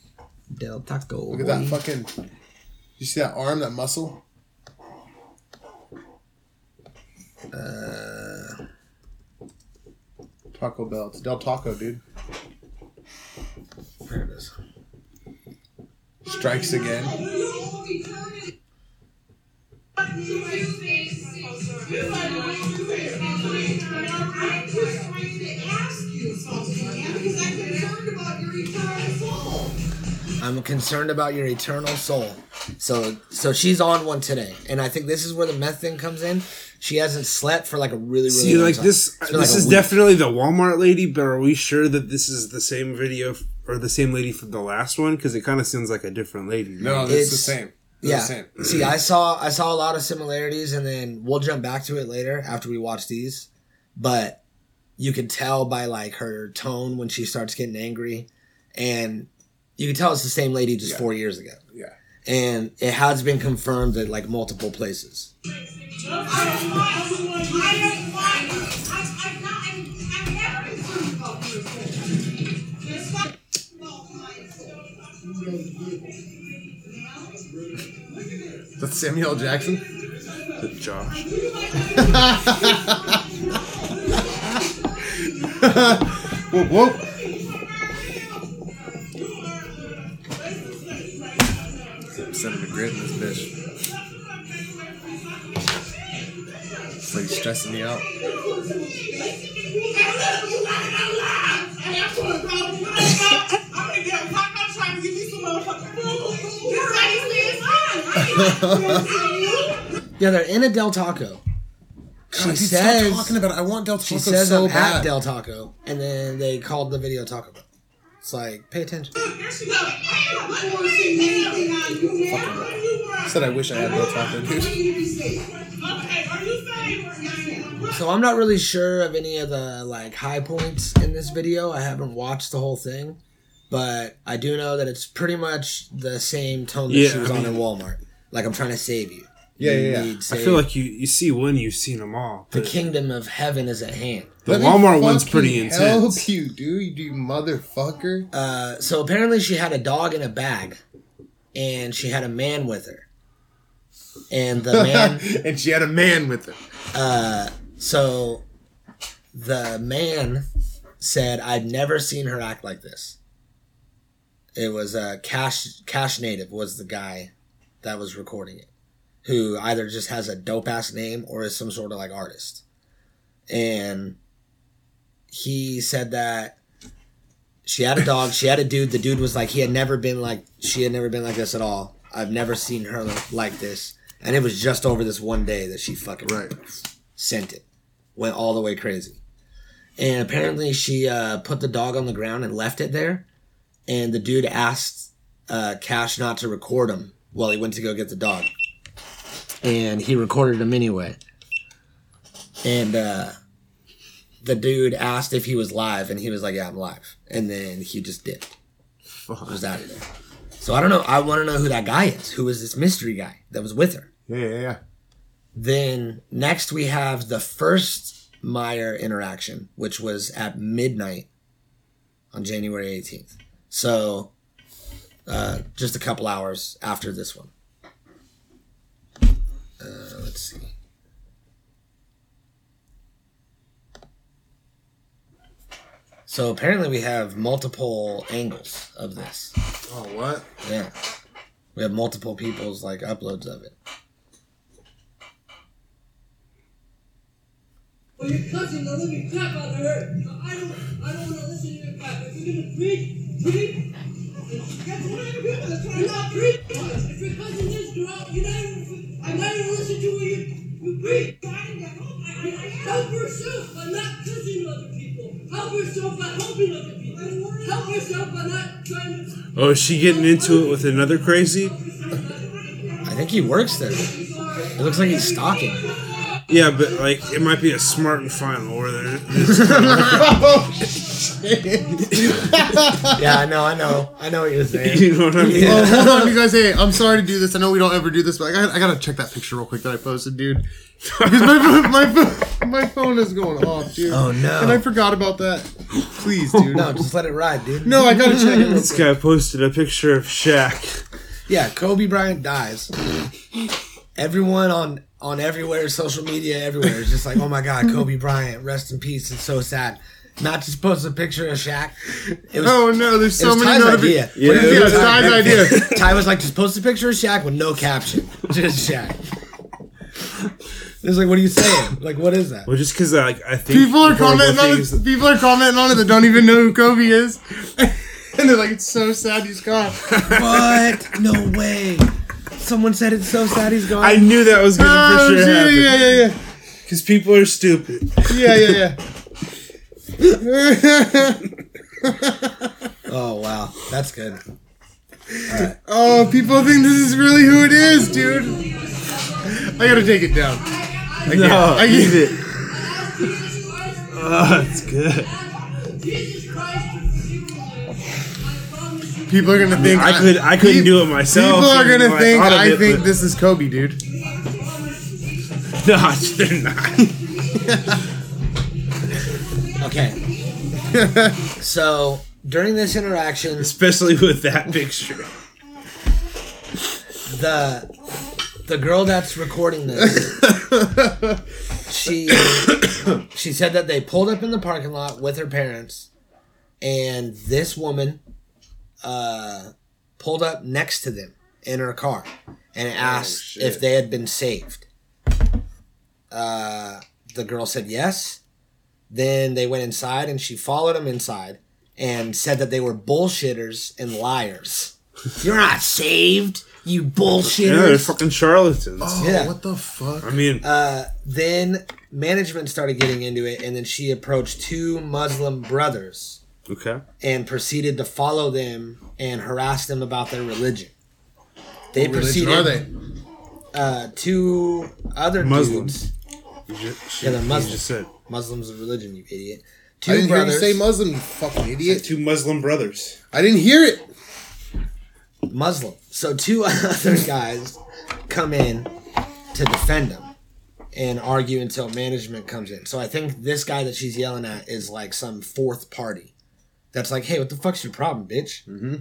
Speaker 4: Del Taco.
Speaker 3: Look at that fucking. You see that arm, that muscle? Uh, Taco Bell. It's Del Taco, dude.
Speaker 4: There it is.
Speaker 3: Strikes again.
Speaker 4: I'm concerned about your eternal soul. So so she's on one today, and I think this is where the meth thing comes in. She hasn't slept for like a really really.
Speaker 2: See,
Speaker 4: long
Speaker 2: like
Speaker 4: time.
Speaker 2: this,
Speaker 4: It's
Speaker 2: this
Speaker 4: been, like, a
Speaker 2: is
Speaker 4: week.
Speaker 2: definitely the Walmart lady. But are we sure that this is the same video f- or the same lady from the last one? Because it kind of sounds like a different lady.
Speaker 3: No, it's, the
Speaker 4: It's-
Speaker 3: same. They're
Speaker 4: Yeah.
Speaker 3: The same.
Speaker 4: See, I saw I saw a lot of similarities, and then we'll jump back to it later after we watch these. But you can tell by like her tone when she starts getting angry, and you can tell it's the same lady just four years ago.
Speaker 3: Yeah.
Speaker 4: And it has been confirmed at like multiple places.
Speaker 3: That's Samuel L. Jackson.
Speaker 2: Josh.
Speaker 3: Whoa, whoa. Sending the grit in this bitch. It's like stressing me out.
Speaker 4: Yeah, they're in a Del Taco. She
Speaker 3: God, dude, stop
Speaker 4: says
Speaker 3: talking about it. I want Del Taco
Speaker 4: she says
Speaker 3: so
Speaker 4: I'm at
Speaker 3: bad.
Speaker 4: Del Taco, and then they called the video Taco Bell. It's like pay attention.
Speaker 3: Said I wish I had Del Taco, dude.
Speaker 4: So I'm not really sure of any of the like high points in this video. I haven't watched the whole thing, but I do know that it's pretty much the same tone that
Speaker 2: Yeah,
Speaker 4: she was
Speaker 2: I
Speaker 4: on in
Speaker 2: mean-
Speaker 4: Walmart. Like I'm trying to save you.
Speaker 3: Yeah,
Speaker 4: You
Speaker 3: yeah, yeah.
Speaker 4: need
Speaker 2: I
Speaker 4: saved.
Speaker 2: feel like you, you see one, you've seen them all.
Speaker 4: the
Speaker 2: but
Speaker 4: kingdom of heaven is at hand.
Speaker 2: the
Speaker 3: Let me
Speaker 2: Walmart one's pretty
Speaker 3: fucking
Speaker 2: intense.
Speaker 3: Help you, dude, you motherfucker.
Speaker 4: Uh, so apparently she had a dog in a bag, and she had a man with her. And the man,
Speaker 3: and she had a man with her.
Speaker 4: so the man said, "I've never seen her act like this." It was uh, Cash Cash Native was the guy that was recording it, who either just has a dope ass name or is some sort of like artist, and he said that she had a dog. She had a dude. The dude was like, he had never been like, she had never been like this at all. I've never seen her like this. And it was just over this one day that she fucking
Speaker 3: Right.
Speaker 4: sent it. Went all the way crazy. And apparently she uh, put the dog on the ground and left it there. And the dude asked uh, Cash not to record him while he went to go get the dog. And he recorded him anyway. And, uh, the dude asked if he was live, and he was like, "Yeah, I'm live." And then he just dipped. He Was out of there. So I don't know. I want to know who that guy is. Who is this mystery guy that was with her?
Speaker 3: Yeah, yeah, yeah.
Speaker 4: Then next we have the first Meyer interaction, which was at midnight on January 18th. So uh, just a couple hours after this one. Uh, let's see. So apparently we have multiple angles of this.
Speaker 3: Oh, what?
Speaker 4: Yeah. We have multiple people's like uploads of it.
Speaker 7: But your cousin's a living crap out of her. I don't, I don't want to listen to your crap. If you're gonna preach, preach. That's what I'm doing. That's what I'm not preaching. If your cousin is corrupt, you're not. even- I'm not even listening to what you you preach. I help. I, I, I help yourself by not cussing other people. Help yourself by helping other people. Help yourself by not trying to.
Speaker 2: Oh, is she getting into it with another crazy?
Speaker 4: I think he works there. It looks like he's stalking.
Speaker 2: Yeah, but like it might be a smart and final where they're
Speaker 4: Yeah, I know, I know. I know what you're saying.
Speaker 2: you know what I mean?
Speaker 3: Oh, hold on, you guys. Hey, I'm sorry to do this. I know we don't ever do this, but I gotta, I gotta check that picture real quick that I posted, dude. Because my, phone- my, phone- my phone is going off, dude.
Speaker 4: Oh, no.
Speaker 3: And I forgot about that. Please, dude.
Speaker 4: No, just let it ride, dude.
Speaker 3: No, I gotta check it. real
Speaker 2: This guy posted a picture of Shaq.
Speaker 4: Yeah, Kobe Bryant dies. Everyone on on everywhere, social media, everywhere is just like, oh my god, Kobe Bryant, rest in peace. It's so sad. Not just post a picture of Shaq. It was
Speaker 3: Oh no, there's
Speaker 4: It
Speaker 3: so
Speaker 4: was
Speaker 3: many
Speaker 4: Ty's
Speaker 3: notifi-
Speaker 4: idea.
Speaker 2: Yeah,
Speaker 3: Yeah,
Speaker 2: it
Speaker 3: yeah,
Speaker 2: was
Speaker 3: it's Ty's idea.
Speaker 4: Ty was like, just post a picture of Shaq with no caption. Just Shaq. It was like, what are you saying? Like, what is that?
Speaker 2: Well, just because like I think
Speaker 3: People are
Speaker 2: horrible
Speaker 3: commenting on
Speaker 2: things-
Speaker 3: it. People are commenting on it that don't even know who Kobe is, and they're like, "It's so sad he's gone."
Speaker 4: What? No way. Someone said it's so sad he's gone.
Speaker 2: I knew that was gonna
Speaker 3: Oh,
Speaker 2: for sure
Speaker 3: yeah,
Speaker 2: happen
Speaker 3: yeah, yeah,
Speaker 2: because people are stupid.
Speaker 3: yeah, yeah, yeah, yeah.
Speaker 4: oh wow, that's good.
Speaker 3: oh, people think this is really who it is, dude. I gotta take it down. I
Speaker 2: No,
Speaker 3: can't- I
Speaker 2: eat
Speaker 3: can't-
Speaker 2: it.
Speaker 7: Jesus Christ,
Speaker 2: Oh, it's good.
Speaker 7: Jesus Christ, forgive me. I promise you.
Speaker 3: People are gonna think
Speaker 2: I could- I couldn't
Speaker 3: peop-
Speaker 2: do it myself.
Speaker 3: People are
Speaker 2: even though
Speaker 3: gonna
Speaker 2: I
Speaker 3: think
Speaker 2: thought of
Speaker 3: I
Speaker 2: it,
Speaker 3: think
Speaker 2: but-
Speaker 3: this is Kobe, dude.
Speaker 2: No, they're not.
Speaker 4: Okay. so during this interaction,
Speaker 2: Especially with that picture.
Speaker 4: the the girl that's recording this, she she said that they pulled up in the parking lot with her parents, and this woman uh, pulled up next to them in her car and asked if they had been saved. Uh, the girl said yes. Then they went inside, and she followed them inside and said that they were bullshitters and liars. You're not saved, you
Speaker 2: Yeah, they're
Speaker 4: bullshitters.
Speaker 2: fucking charlatans.
Speaker 4: Yeah.
Speaker 3: what the fuck?
Speaker 2: I mean,
Speaker 4: Uh, then management started getting into it, and then she approached two Muslim brothers
Speaker 2: okay.
Speaker 4: and proceeded to follow them and harass them about their religion. They
Speaker 3: Religion,
Speaker 4: proceeded
Speaker 3: are they?
Speaker 4: Uh, two other
Speaker 2: Muslims.
Speaker 4: dudes, Yeah, they're
Speaker 2: You
Speaker 4: Muslim.
Speaker 2: just said
Speaker 4: Muslims of religion, you idiot. Two
Speaker 3: I didn't
Speaker 4: brothers.
Speaker 3: hear you say Muslim, you fucking idiot.
Speaker 2: Two Muslim brothers.
Speaker 3: I didn't hear it.
Speaker 4: Muslim. So two other guys come in to defend him and argue until management comes in. So I think this guy that she's yelling at is like some fourth party that's like, hey, what the fuck's your problem, bitch? Mm-hmm.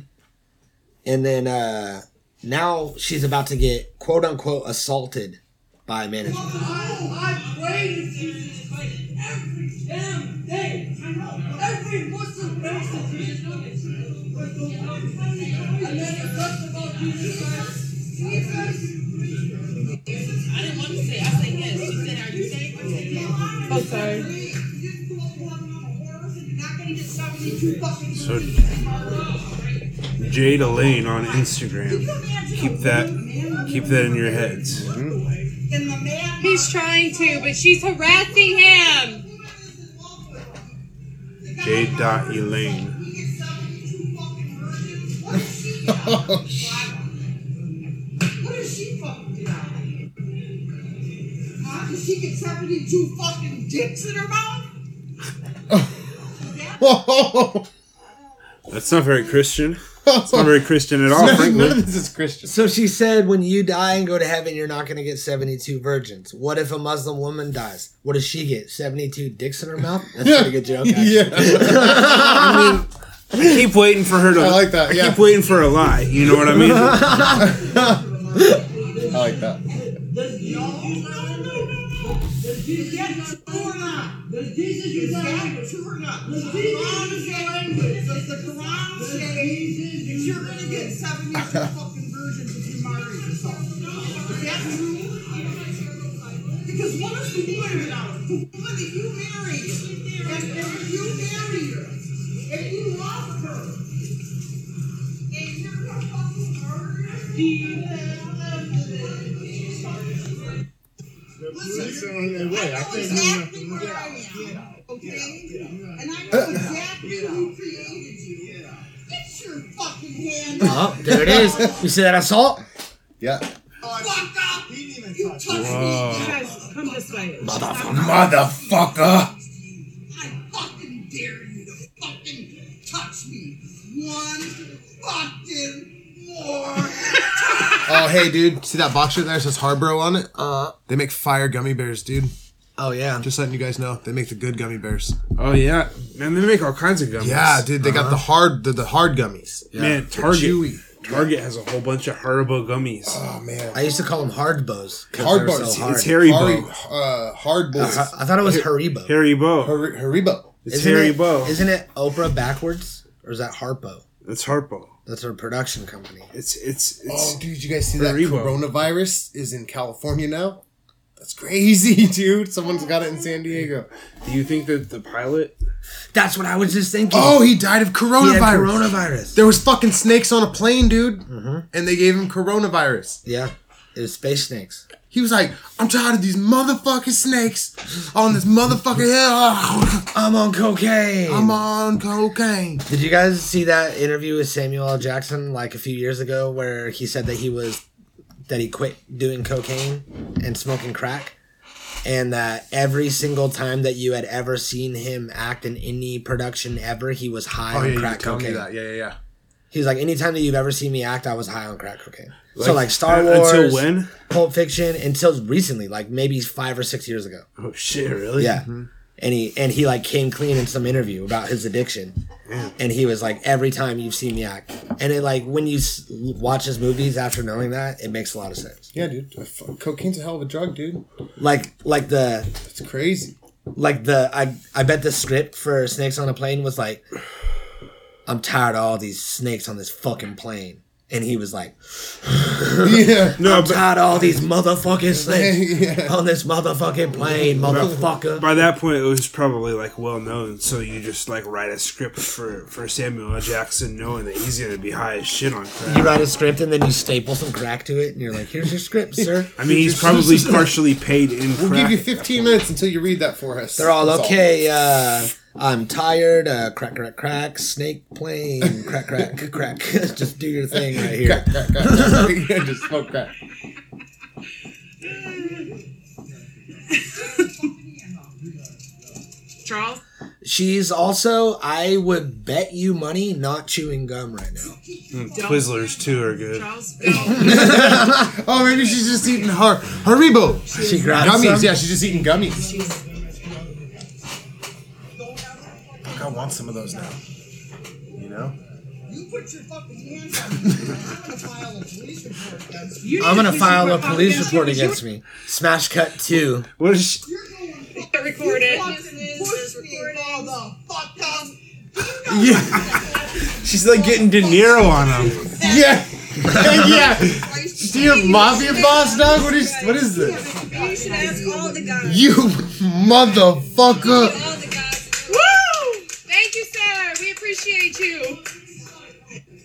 Speaker 4: And then uh, now she's about to get quote unquote assaulted by management.
Speaker 7: I, I pray to Jesus Christ every damn day. Every Muslim prays to Jesus Christ. And then it talks about Jesus Christ. Jesus. Jesus.
Speaker 5: I didn't want to say. I said yes. She said, "Are you safe?" I said, "Yes."
Speaker 7: I'm sorry.
Speaker 5: So
Speaker 2: Jade Elaine on Instagram. Keep that, keep that in your heads.
Speaker 8: He's trying to, but she's harassing him.
Speaker 2: Jade dot Elaine.
Speaker 3: Oh, shit.
Speaker 5: What is she fucking doing? Huh? Does she get 72 fucking dicks in her mouth?
Speaker 2: That's not very Christian. It's not very Christian at all,
Speaker 3: None of
Speaker 2: frankly.
Speaker 3: this is Christian.
Speaker 4: So she said, when you die and go to heaven, you're not going to get 72 virgins. What if a Muslim woman dies? What does she get? 72 dicks in her mouth? That's a pretty good joke. Actually.
Speaker 3: yeah.
Speaker 2: I keep waiting for her to.
Speaker 3: I like that, yeah.
Speaker 2: keep waiting for a lie. You know what I mean?
Speaker 3: I like that.
Speaker 5: Does Jesus get two or not? Does Jesus use that two or not? Does the Quran say, does the Quran say that you're going to get 72 fucking virgins if you marry yourself? Is that true? Because what is the woman now? The woman that you married, and, and if you marry her, if you love her, and you're a fucking murderer, I know exactly where I am. Okay? And I know exactly who created you. Get your fucking hand up.
Speaker 4: Oh, there it is. You see that assault?
Speaker 3: Yeah.
Speaker 5: Fuck up. You touch me.
Speaker 8: Guys, come this way.
Speaker 3: Motherfucker.
Speaker 5: I fucking dare you to fucking touch me. One fucking more.
Speaker 3: Oh, hey, dude. See that box shirt there? It says Harbro on it.
Speaker 2: Uh-huh.
Speaker 3: Uh, they make fire gummy bears, dude.
Speaker 4: Oh, yeah.
Speaker 3: Just letting you guys know, they make the good gummy bears.
Speaker 2: oh yeah, man. They make all kinds of gummies. Uh,
Speaker 3: Yeah, dude. They got the hard, the, the hard gummies.
Speaker 2: Man,
Speaker 3: They're
Speaker 2: Target.
Speaker 3: chewy.
Speaker 2: Uh-huh. Target has a whole bunch of Haribo gummies.
Speaker 3: Oh man.
Speaker 4: I used to call them hard bows.
Speaker 3: Hard
Speaker 4: bows.
Speaker 3: bows.
Speaker 4: So hard.
Speaker 2: It's Haribo.
Speaker 3: Hari- uh, hard boys.
Speaker 2: Uh-huh.
Speaker 4: I I thought it was Haribo.
Speaker 2: Haribo.
Speaker 3: Har- Haribo.
Speaker 4: Oh,
Speaker 2: It's Haribo.
Speaker 4: It, isn't it Oprah backwards? Or is that Harpo?
Speaker 2: It's Harpo.
Speaker 4: That's her production company.
Speaker 2: It's it's it's
Speaker 3: Oh, dude, you guys see that
Speaker 2: Haribo.
Speaker 3: coronavirus is in California now? That's crazy, dude. Someone's got it in San Diego.
Speaker 2: Do you think that the pilot?
Speaker 4: That's what I was just thinking.
Speaker 3: Oh, he died of coronavirus.
Speaker 4: He had coronavirus. Mm-hmm.
Speaker 3: There was fucking snakes on a plane, dude, and they gave him coronavirus.
Speaker 4: Yeah. It was space snakes.
Speaker 3: He was like, "I'm tired of these motherfucking snakes on this motherfucking hill.
Speaker 4: I'm on cocaine.
Speaker 3: I'm on cocaine."
Speaker 4: Did you guys see that interview with Samuel L. Jackson like a few years ago where he said that he was that he quit doing cocaine and smoking crack and that every single time that you had ever seen him act in any production ever he was
Speaker 2: Oh,
Speaker 4: high on
Speaker 3: Oh, you
Speaker 4: crack
Speaker 3: tell me
Speaker 4: cocaine.
Speaker 3: that. Yeah, yeah, yeah.
Speaker 4: He's like anytime that you've ever seen me act I was high on crack cocaine. so like Star
Speaker 2: uh,
Speaker 4: Wars
Speaker 2: Until when?
Speaker 4: Pulp Fiction until recently like maybe 5 or 6 years ago.
Speaker 2: Oh shit! Really?
Speaker 4: Yeah. And he and he like came clean in some interview about his addiction. And he was like, every time you've seen me act, and it like when you s- watch his movies after knowing that, it makes a lot of sense.
Speaker 3: Yeah, dude. Fuck, Cocaine's a hell of a drug, dude.
Speaker 4: Like like the
Speaker 3: It's crazy.
Speaker 4: like the I I bet the script for Snakes on a Plane was like, I'm tired of all these snakes on this fucking plane, and he was like,
Speaker 3: yeah.
Speaker 2: No,
Speaker 4: I'm
Speaker 2: but
Speaker 4: tired of all these motherfucking snakes
Speaker 3: Yeah.
Speaker 4: on this motherfucking plane, motherfucker.
Speaker 2: by that point it was probably like well known. So you just like write a script for for Samuel L. Jackson, knowing that he's gonna be high as shit on crack.
Speaker 4: You write a script and then you staple some crack to it, and you're like, here's your script, sir.
Speaker 2: I mean, he's probably partially paid in
Speaker 3: We'll give
Speaker 2: crack.
Speaker 3: you 15 minutes until you read that for us.
Speaker 4: They're all
Speaker 3: That's
Speaker 4: okay. Uh, I'm tired. Uh, crack, crack, crack. Snake plane. Crack, crack, crack. Just do your thing right here.
Speaker 3: Crack, crack, crack. Yeah, just smoke crack.
Speaker 8: Charles?
Speaker 4: She's also, I would bet you money, not chewing gum right now.
Speaker 2: Twizzlers too are good.
Speaker 9: Charles, no.
Speaker 3: Oh, maybe she's just eating her Haribo
Speaker 4: She grabbed
Speaker 3: gummies.
Speaker 4: some.
Speaker 3: Yeah, she's just eating gummies. I want some of those now. You know,
Speaker 5: You put your fucking hands on me. I'm gonna file
Speaker 9: You need
Speaker 5: a police report against you.
Speaker 4: I'm gonna file a police
Speaker 9: you.
Speaker 4: report against me. Smash cut two.
Speaker 2: What is she?
Speaker 5: You're going to
Speaker 9: Get recorded.
Speaker 5: fucking push me, motherfucker.
Speaker 2: She's like getting De Niro on them.
Speaker 3: Yeah. yeah. Do you have mafia boss dog? What is what is this?
Speaker 9: You should ask all the guys.
Speaker 3: You motherfucker.
Speaker 9: All the guys. Woo! Thank you, Sarah. We appreciate you.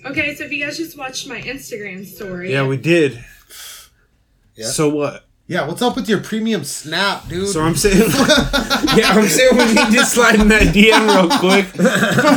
Speaker 9: Okay, so if you guys just watched my Instagram story,
Speaker 2: Yeah, we did. So what?
Speaker 3: Yeah, what's up with your premium snap, dude?
Speaker 2: So I'm saying, yeah, I'm saying we need to slide in that DM real quick.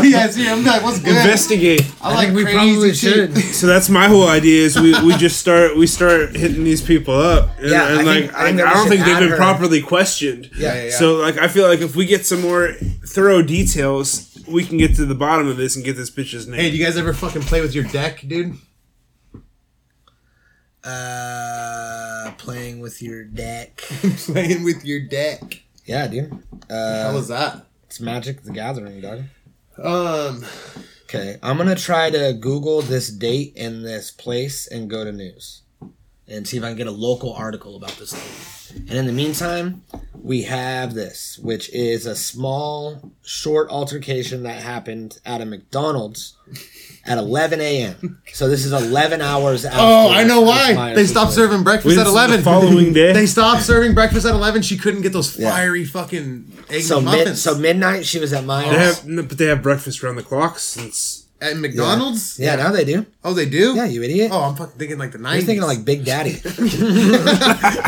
Speaker 3: yeah, see, I'm like, what's good?
Speaker 2: Investigate.
Speaker 3: I like
Speaker 4: we
Speaker 3: crazy
Speaker 4: probably
Speaker 3: shit.
Speaker 4: should.
Speaker 2: So that's my whole idea is we, we just start we start hitting these people up and,
Speaker 4: Yeah,
Speaker 2: and
Speaker 4: I
Speaker 2: like
Speaker 4: think- I
Speaker 2: I, I
Speaker 4: think that we
Speaker 2: don't
Speaker 4: should
Speaker 2: think they've
Speaker 4: add
Speaker 2: been
Speaker 4: her.
Speaker 2: properly questioned.
Speaker 4: Yeah, yeah, yeah.
Speaker 2: So like I feel like if we get some more thorough details, we can get to the bottom of this and get this bitch's name.
Speaker 3: Hey, do you guys ever fucking play with your deck, dude?
Speaker 4: Uh, playing with your deck.
Speaker 3: Playing with your deck.
Speaker 4: Yeah, dude.
Speaker 3: How
Speaker 4: Uh,
Speaker 3: was that?
Speaker 4: it's Magic the Gathering, dog.
Speaker 3: Um,
Speaker 4: Okay, I'm gonna try to Google this date and this place and go to news and see if I can get a local article about this thing. And in the meantime, we have this, which is a small, short altercation that happened at a McDonald's at 11 a.m. So this is 11 hours after.
Speaker 3: oh, I know
Speaker 4: Miss
Speaker 3: why.
Speaker 4: Myers
Speaker 3: They
Speaker 4: was
Speaker 3: stopped
Speaker 4: there.
Speaker 3: serving breakfast
Speaker 2: When's
Speaker 3: at
Speaker 2: the
Speaker 3: 11.
Speaker 2: following day?
Speaker 3: They stopped serving breakfast at 11. She couldn't get those
Speaker 4: Yeah.
Speaker 3: fiery fucking egg
Speaker 4: So, mid-
Speaker 3: muffins
Speaker 4: so midnight, she was at
Speaker 2: They
Speaker 4: Myers.
Speaker 2: have, no, but they have breakfast around the clock since
Speaker 3: at McDonald's.
Speaker 4: Yeah, now they do.
Speaker 3: Oh, they do.
Speaker 4: Yeah, you idiot.
Speaker 3: Oh, I'm fucking thinking like the 90s.
Speaker 4: You're thinking of like Big Daddy.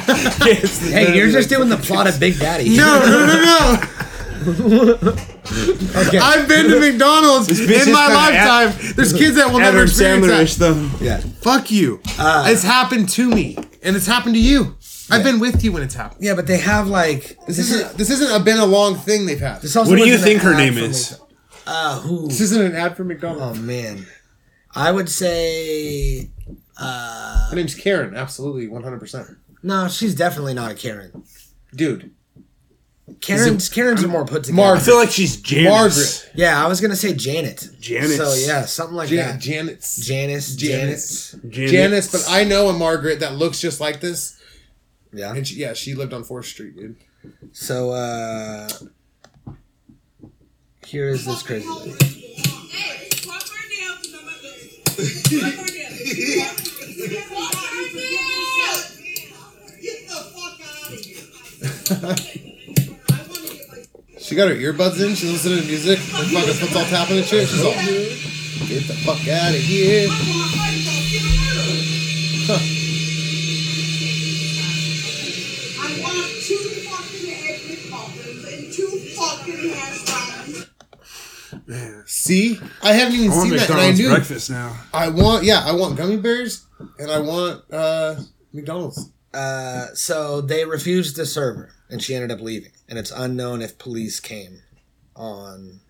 Speaker 2: It's the-
Speaker 4: hey, you're just doing the plot of Big Daddy.
Speaker 3: no, no, no, no.
Speaker 4: Okay.
Speaker 3: I've been to McDonald's
Speaker 2: bitch
Speaker 3: in
Speaker 2: is
Speaker 3: my
Speaker 2: kinda
Speaker 3: lifetime. There's kids that will never
Speaker 2: Adam
Speaker 3: experience
Speaker 2: Sandler-ish
Speaker 3: that.
Speaker 2: though.
Speaker 4: yeah.
Speaker 3: Fuck you.
Speaker 4: Uh.
Speaker 3: it's happened to me, and it's happened to you. I've been with you when it's happened.
Speaker 4: Yeah, but they have like
Speaker 3: This isn't. This isn't a been a long thing they've had. This,
Speaker 4: This also
Speaker 2: What do you
Speaker 4: wasn't
Speaker 2: think
Speaker 4: an
Speaker 2: her
Speaker 4: ad
Speaker 2: name
Speaker 4: for
Speaker 2: is?
Speaker 4: me. Uh, who?
Speaker 3: isn't an ad for McDonald's.
Speaker 4: Oh man, I would say
Speaker 3: Her name's Karen. Absolutely, one hundred percent.
Speaker 4: no. She's definitely not a Karen.
Speaker 3: Dude,
Speaker 4: Karen's Karen's are more put together.
Speaker 2: I feel like she's Janice.
Speaker 3: Margaret,
Speaker 4: Yeah, I was gonna say Janet.
Speaker 2: Janet.
Speaker 4: So yeah, something like
Speaker 3: Jan-
Speaker 4: that.
Speaker 3: Janet's,
Speaker 4: Janice. Janet.
Speaker 3: Janet's,
Speaker 2: Janet.
Speaker 3: Janice. But I know a Margaret that looks just like this,
Speaker 4: Yeah.
Speaker 3: and she, yeah, she lived on Fourth Street, dude.
Speaker 4: So uh, here is this crazy. lady.
Speaker 5: Get the fuck out of here.
Speaker 3: She got her earbuds in. She's listening to music. Her fucking foot's all tapping and shit. She's all, get the fuck out of here.
Speaker 5: I want two fucking egg McMuffins and two fucking hash browns.
Speaker 3: See, I haven't even
Speaker 2: I want
Speaker 3: seen that, and I
Speaker 2: McDonald's
Speaker 3: knew.
Speaker 2: breakfast now.
Speaker 3: I want, yeah, I want gummy bears, and I want uh McDonald's.
Speaker 4: Uh, so they refused to serve her, and she ended up leaving. And it's unknown if police came on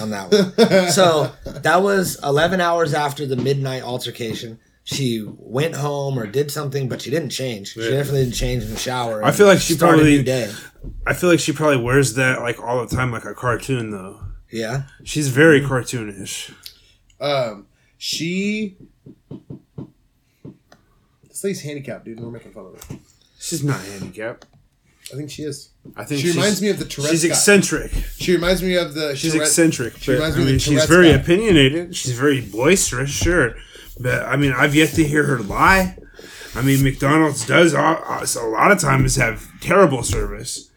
Speaker 4: on that one. so that was 11 hours after the midnight altercation. She went home or did something, but she didn't change. She definitely didn't change in the shower.
Speaker 2: I feel like she
Speaker 4: Start a
Speaker 2: probably-
Speaker 4: new day.
Speaker 2: I feel like she probably wears that like all the time, like a cartoon though.
Speaker 4: Yeah,
Speaker 2: She's very cartoonish.
Speaker 3: Um, she. This lady's handicapped, dude. and We're making fun of her.
Speaker 2: She's not handicapped.
Speaker 3: I think she is.
Speaker 2: I think
Speaker 3: She
Speaker 2: she's-
Speaker 3: reminds me of the Tourette's
Speaker 2: She's
Speaker 3: guy.
Speaker 2: eccentric.
Speaker 3: She reminds me of the.
Speaker 2: She's
Speaker 3: Tourette-
Speaker 2: eccentric.
Speaker 3: She
Speaker 2: but,
Speaker 3: reminds
Speaker 2: I
Speaker 3: me of
Speaker 2: mean,
Speaker 3: the
Speaker 2: she's
Speaker 3: Tourette's
Speaker 2: very
Speaker 3: guy.
Speaker 2: opinionated. She's very boisterous, sure. But I mean, I've yet to hear her lie. I mean, McDonald's does al- a lot of times have terrible service.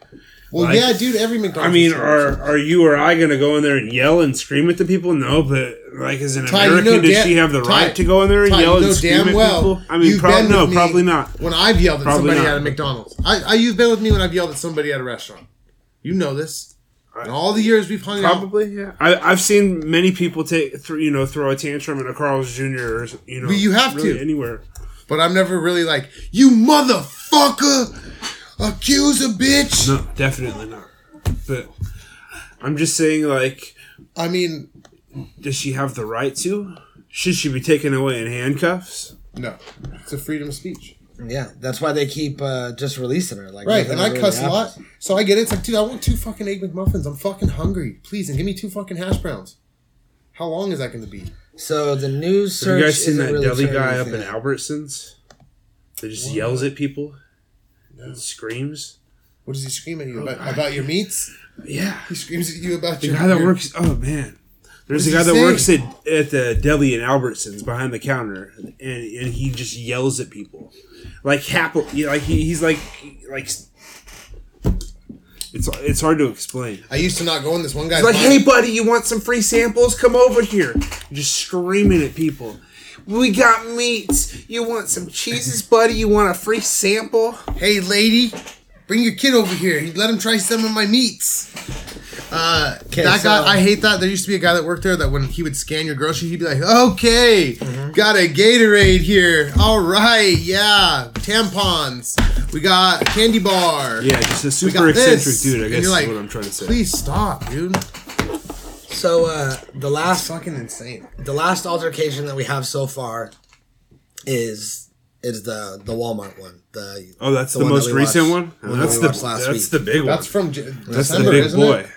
Speaker 3: Well,
Speaker 2: like-
Speaker 3: yeah, dude. Every
Speaker 2: I
Speaker 3: McDonald's.
Speaker 2: mean,
Speaker 3: is terrible.
Speaker 2: are are you or I going to go in there and yell and scream at the people? No, but like as an
Speaker 3: Ty, you
Speaker 2: American,
Speaker 3: know
Speaker 2: does
Speaker 3: da-
Speaker 2: she have the
Speaker 3: Ty,
Speaker 2: right to go in there and
Speaker 3: Ty,
Speaker 2: yell
Speaker 3: you
Speaker 2: and
Speaker 3: know
Speaker 2: scream
Speaker 3: damn
Speaker 2: at
Speaker 3: well.
Speaker 2: people? I mean,
Speaker 3: you've
Speaker 2: probably
Speaker 3: been
Speaker 2: no,
Speaker 3: with me
Speaker 2: probably not.
Speaker 3: When I've yelled at
Speaker 2: Probably
Speaker 3: somebody
Speaker 2: not.
Speaker 3: at a McDonald's, I, I you've been with me when I've yelled at somebody at a restaurant. You know this. In all the years we've hung out,
Speaker 2: Probably, yeah. I, I've seen many people take, th- you know, throw a tantrum at a Carl's Jr. or you know,
Speaker 3: Well, you have
Speaker 2: really
Speaker 3: to.
Speaker 2: anywhere.
Speaker 3: but I'm never really like you, motherfucker. Accuse a bitch.
Speaker 2: No, definitely not. But I'm just saying, like,
Speaker 3: I mean,
Speaker 2: does she have the right to? Should she be taken away in handcuffs?
Speaker 3: no, it's a freedom of speech.
Speaker 4: Yeah, that's why they keep uh, just releasing her. Like
Speaker 3: Right,
Speaker 4: nothing
Speaker 3: and I
Speaker 4: really
Speaker 3: cuss a
Speaker 4: happens.
Speaker 3: lot, so I get it. It's like, dude, I want two fucking egg McMuffins. I'm fucking hungry. Please, and give me two fucking hash browns. How long is that going to be?
Speaker 4: So the news
Speaker 2: Have
Speaker 4: search.
Speaker 2: you guys seen
Speaker 4: isn't
Speaker 2: that
Speaker 4: really
Speaker 2: deli
Speaker 4: turning
Speaker 2: guy up
Speaker 4: anything
Speaker 2: in Albertsons? That just yells at people and screams.
Speaker 3: What does he scream at you about? About your meats?
Speaker 2: Yeah.
Speaker 3: He screams at you about
Speaker 2: The
Speaker 3: your.
Speaker 2: guy that
Speaker 3: your-
Speaker 2: works. Oh man, there's a guy
Speaker 3: What
Speaker 2: that
Speaker 3: does he
Speaker 2: works
Speaker 3: say?
Speaker 2: at at the deli in Albertsons behind the counter, and and he just yells at people, like happily, yeah, like he, he's like like. It's it's hard to explain.
Speaker 3: I used to not go in this one guy's.
Speaker 2: It's like,
Speaker 3: line.
Speaker 2: hey buddy, you want some free samples? Come over here. Just screaming at people. We got meats. You want some cheeses, buddy? You want a free sample?
Speaker 3: hey lady, bring your kid over here. You Let him try some of my meats. Uh, that
Speaker 4: so-
Speaker 3: guy, I hate that. There used to be a guy that worked there that when he would scan your grocery, he'd be like, "Okay,
Speaker 2: Mm-hmm.
Speaker 3: got a Gatorade here. All right, yeah, tampons. We got a candy bar.
Speaker 2: Yeah, just a
Speaker 3: we
Speaker 2: super eccentric dude. I guess
Speaker 3: And you're
Speaker 2: is
Speaker 3: like,
Speaker 2: what I'm trying to say.
Speaker 3: Please stop, dude.
Speaker 4: So uh, the last
Speaker 3: Fucking insane.
Speaker 4: the last altercation that we have so far is is the the Walmart one. The
Speaker 2: Oh, that's the,
Speaker 4: one that
Speaker 2: most
Speaker 4: we
Speaker 2: recent
Speaker 4: watched-
Speaker 2: one.
Speaker 4: that
Speaker 2: that's
Speaker 4: we
Speaker 2: the
Speaker 4: watched last
Speaker 2: that's
Speaker 4: week.
Speaker 2: the big one.
Speaker 3: That's
Speaker 2: That's,
Speaker 3: from J-
Speaker 2: the
Speaker 3: December,
Speaker 2: big
Speaker 3: isn't it?
Speaker 2: boy.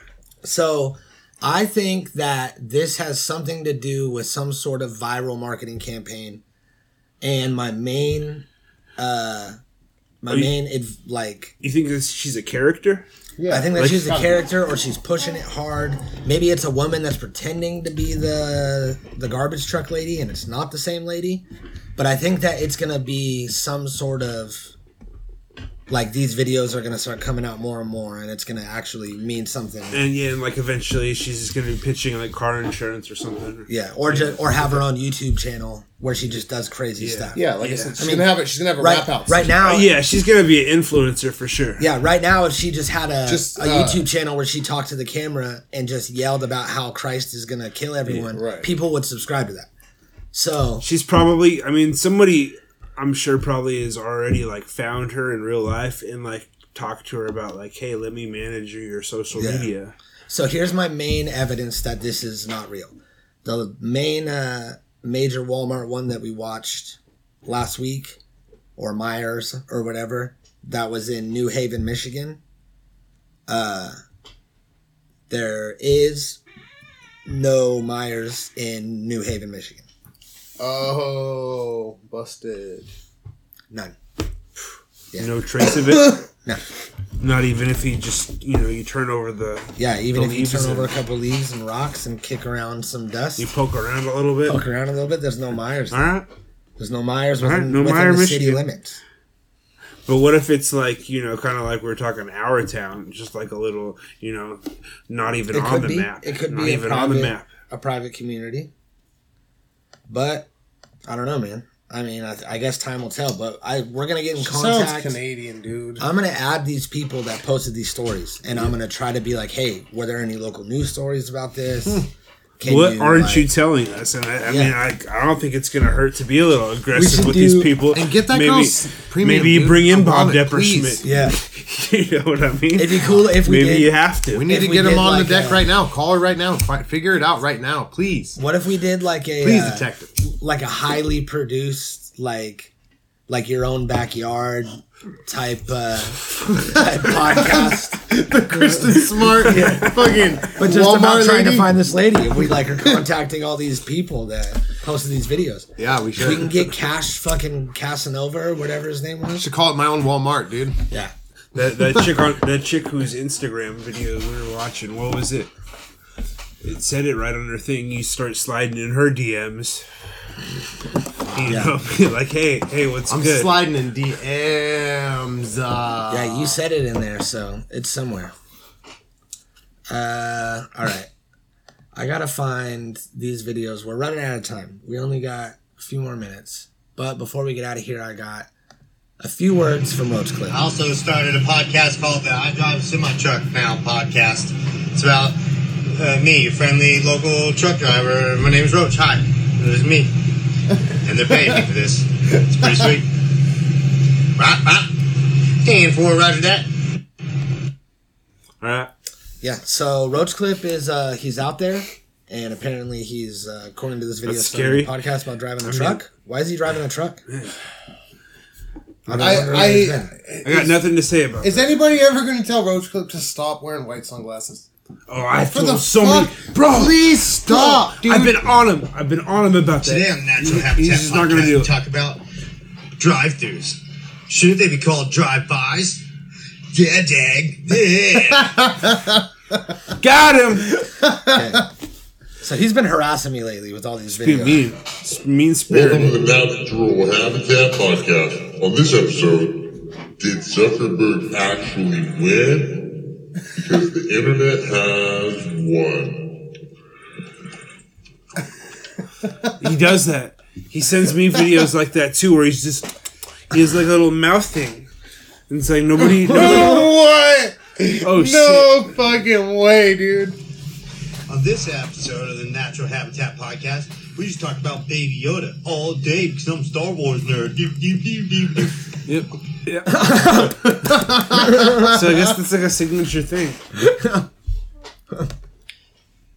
Speaker 4: So I think that this has something to do with some sort of viral marketing campaign. And my main, uh, my
Speaker 2: Are you-
Speaker 4: main, adv- like,
Speaker 2: You think this, she's a character?
Speaker 3: Yeah,
Speaker 4: I think that
Speaker 2: like-
Speaker 4: she's a character or she's pushing it hard. Maybe it's a woman that's pretending to be the the garbage truck lady and it's not the same lady. But I think that it's gonna be some sort of like these videos are gonna start coming out more and more and it's gonna actually mean something.
Speaker 2: And yeah, and like eventually she's just gonna be pitching like car insurance or something.
Speaker 4: Yeah, or just or have her own YouTube channel where she just does crazy
Speaker 2: Yeah.
Speaker 4: stuff.
Speaker 3: Yeah, like I
Speaker 2: Yeah.
Speaker 3: said, she's
Speaker 4: I mean,
Speaker 3: gonna have it. She's gonna have a
Speaker 4: right
Speaker 3: wrap out.
Speaker 4: right now.
Speaker 2: Uh, yeah, she's gonna be an influencer for sure.
Speaker 4: yeah, right now. If she just had a
Speaker 3: Just,
Speaker 4: a
Speaker 3: uh,
Speaker 4: YouTube channel where she talked to the camera and just yelled about how Christ is gonna kill everyone,
Speaker 3: right.
Speaker 4: people would subscribe to that. So
Speaker 2: She's probably. I mean, somebody I'm sure probably has already like found her in real life and like talked to her about like, hey, let me manage your social
Speaker 4: Yeah.
Speaker 2: media.
Speaker 4: so here's my main evidence that this is not real. The main uh, major Walmart one that we watched last week, or Myers or whatever, that was in New Haven, Michigan. Uh, there is no Myers in New Haven, Michigan.
Speaker 3: Oh, busted.
Speaker 4: None.
Speaker 2: No trace of it.
Speaker 4: No.
Speaker 2: Not even if he just you know you turn over the
Speaker 4: Yeah, even
Speaker 2: The
Speaker 4: if you
Speaker 2: leaves
Speaker 4: turn
Speaker 2: and-
Speaker 4: over a couple leaves and rocks and kick around some dust,
Speaker 2: you poke around a little bit.
Speaker 4: poke around a little bit, there's no Myers.
Speaker 2: All right.
Speaker 4: There's no Myers
Speaker 2: All right,
Speaker 4: within,
Speaker 2: no
Speaker 4: within
Speaker 2: Meijer,
Speaker 4: the city
Speaker 2: Michigan.
Speaker 4: limits.
Speaker 2: But what if it's like you know, kind of like we are talking our town, just like a little, you know, not even
Speaker 4: It
Speaker 2: on
Speaker 4: could
Speaker 2: the
Speaker 4: be.
Speaker 2: map.
Speaker 4: It could
Speaker 2: not
Speaker 4: be a
Speaker 2: even
Speaker 4: private,
Speaker 2: on the map.
Speaker 4: A private community. But I don't know, man. I mean, I, I guess time will tell. But I we're gonna get in
Speaker 3: Sounds
Speaker 4: contact.
Speaker 3: Canadian, dude.
Speaker 4: I'm gonna add these people that posted these stories, and I'm gonna try to be like, hey, were there any local news stories about this? Can
Speaker 2: Hmm. What aren't
Speaker 4: like-
Speaker 2: you telling us? And I, I mean,
Speaker 4: Yeah.
Speaker 2: I, I don't think it's gonna hurt to be a little aggressive
Speaker 3: should
Speaker 2: with these
Speaker 3: do-
Speaker 2: people.
Speaker 3: and get that
Speaker 2: maybe,
Speaker 3: girl's premium,
Speaker 2: Maybe you
Speaker 3: dude.
Speaker 2: bring
Speaker 3: I
Speaker 2: in Bob
Speaker 3: want it,
Speaker 2: Depper
Speaker 3: please.
Speaker 2: Schmidt.
Speaker 4: Yeah,
Speaker 2: you know what I mean?
Speaker 4: it'd be cool if we
Speaker 2: maybe
Speaker 4: did.
Speaker 2: you have to.
Speaker 3: We need
Speaker 4: If
Speaker 3: to
Speaker 4: we
Speaker 3: get him
Speaker 4: did
Speaker 3: on
Speaker 4: like
Speaker 3: the deck
Speaker 4: a-
Speaker 3: right now. Call her right now. Fi- figure it out right now, please.
Speaker 4: What if we did like a
Speaker 3: Please,
Speaker 4: uh,
Speaker 3: detective.
Speaker 4: like a highly produced like like your own backyard type uh type podcast
Speaker 3: the Kristen Smart fucking
Speaker 4: But just
Speaker 3: Walmart
Speaker 4: about trying to
Speaker 3: lady?
Speaker 4: find this lady, and we like are contacting all these people that posted these videos.
Speaker 3: Yeah, we
Speaker 4: We can
Speaker 3: should.
Speaker 4: get Cash fucking Casanova or whatever his name was.
Speaker 3: should call it my own Walmart, dude.
Speaker 4: Yeah,
Speaker 2: That, that chick on that chick whose Instagram video we were watching, what was it? It said it right on her thing. You start sliding in her DMs. You know, be like, hey, hey, what's
Speaker 3: I'm
Speaker 2: good?
Speaker 3: sliding in DMs. Uh,
Speaker 4: yeah, you said it in there, so it's somewhere. Uh, all right, I gotta find these videos. We're running out of time. We only got a few more minutes, but before we get out of here, I got a few words from Roach Clip.
Speaker 6: I also started a podcast called the I Drive a Semi Truck Now podcast. It's about uh, me, your friendly local truck driver. My name is Roach. Hi, there's me. And they're paying me for this. It's pretty sweet. Right, right. And for Roger that.
Speaker 2: All right.
Speaker 4: Yeah. So Roach Clip is uh he's out there, and apparently he's uh, according to this video
Speaker 2: That's
Speaker 4: started a
Speaker 2: scary.
Speaker 4: podcast about driving a truck. Why is he driving a truck? I, don't know.
Speaker 3: I,
Speaker 2: I got nothing to say about.
Speaker 3: I is
Speaker 2: It,
Speaker 3: anybody ever going to tell Roach Clip to stop wearing white sunglasses?
Speaker 2: oh, I
Speaker 3: For the
Speaker 2: feel so
Speaker 3: fuck,
Speaker 2: many, bro.
Speaker 3: Please stop, dude.
Speaker 2: I've been on him. I've been on him about that.
Speaker 6: Today on Natural
Speaker 2: He-
Speaker 6: Habitat
Speaker 2: He's just not gonna
Speaker 6: Podcast,
Speaker 2: do
Speaker 6: we
Speaker 2: it.
Speaker 6: talk about drive-throughs. Shouldn't they be called drive-bys? Yeah, dag. Yeah.
Speaker 2: Got him.
Speaker 4: so he's been harassing me lately with all these
Speaker 2: Be
Speaker 4: videos.
Speaker 2: mean, S- mean
Speaker 10: Welcome
Speaker 2: spirit.
Speaker 10: to the Natural Habitat Podcast. On this episode, did Zuckerberg actually win? Because the internet has won.
Speaker 2: He does that. He sends me videos like that too, where he's just he has like a little mouth thing, and it's like nobody. nobody
Speaker 3: what?
Speaker 2: oh shit!
Speaker 3: No fucking way, dude.
Speaker 6: on this episode of the Natural Habitat Podcast, we just talked about Baby Yoda all day because I'm a Star Wars nerd. Doop, doop, doop, doop, doop.
Speaker 2: Yep. Yeah. so I guess that's like a signature thing.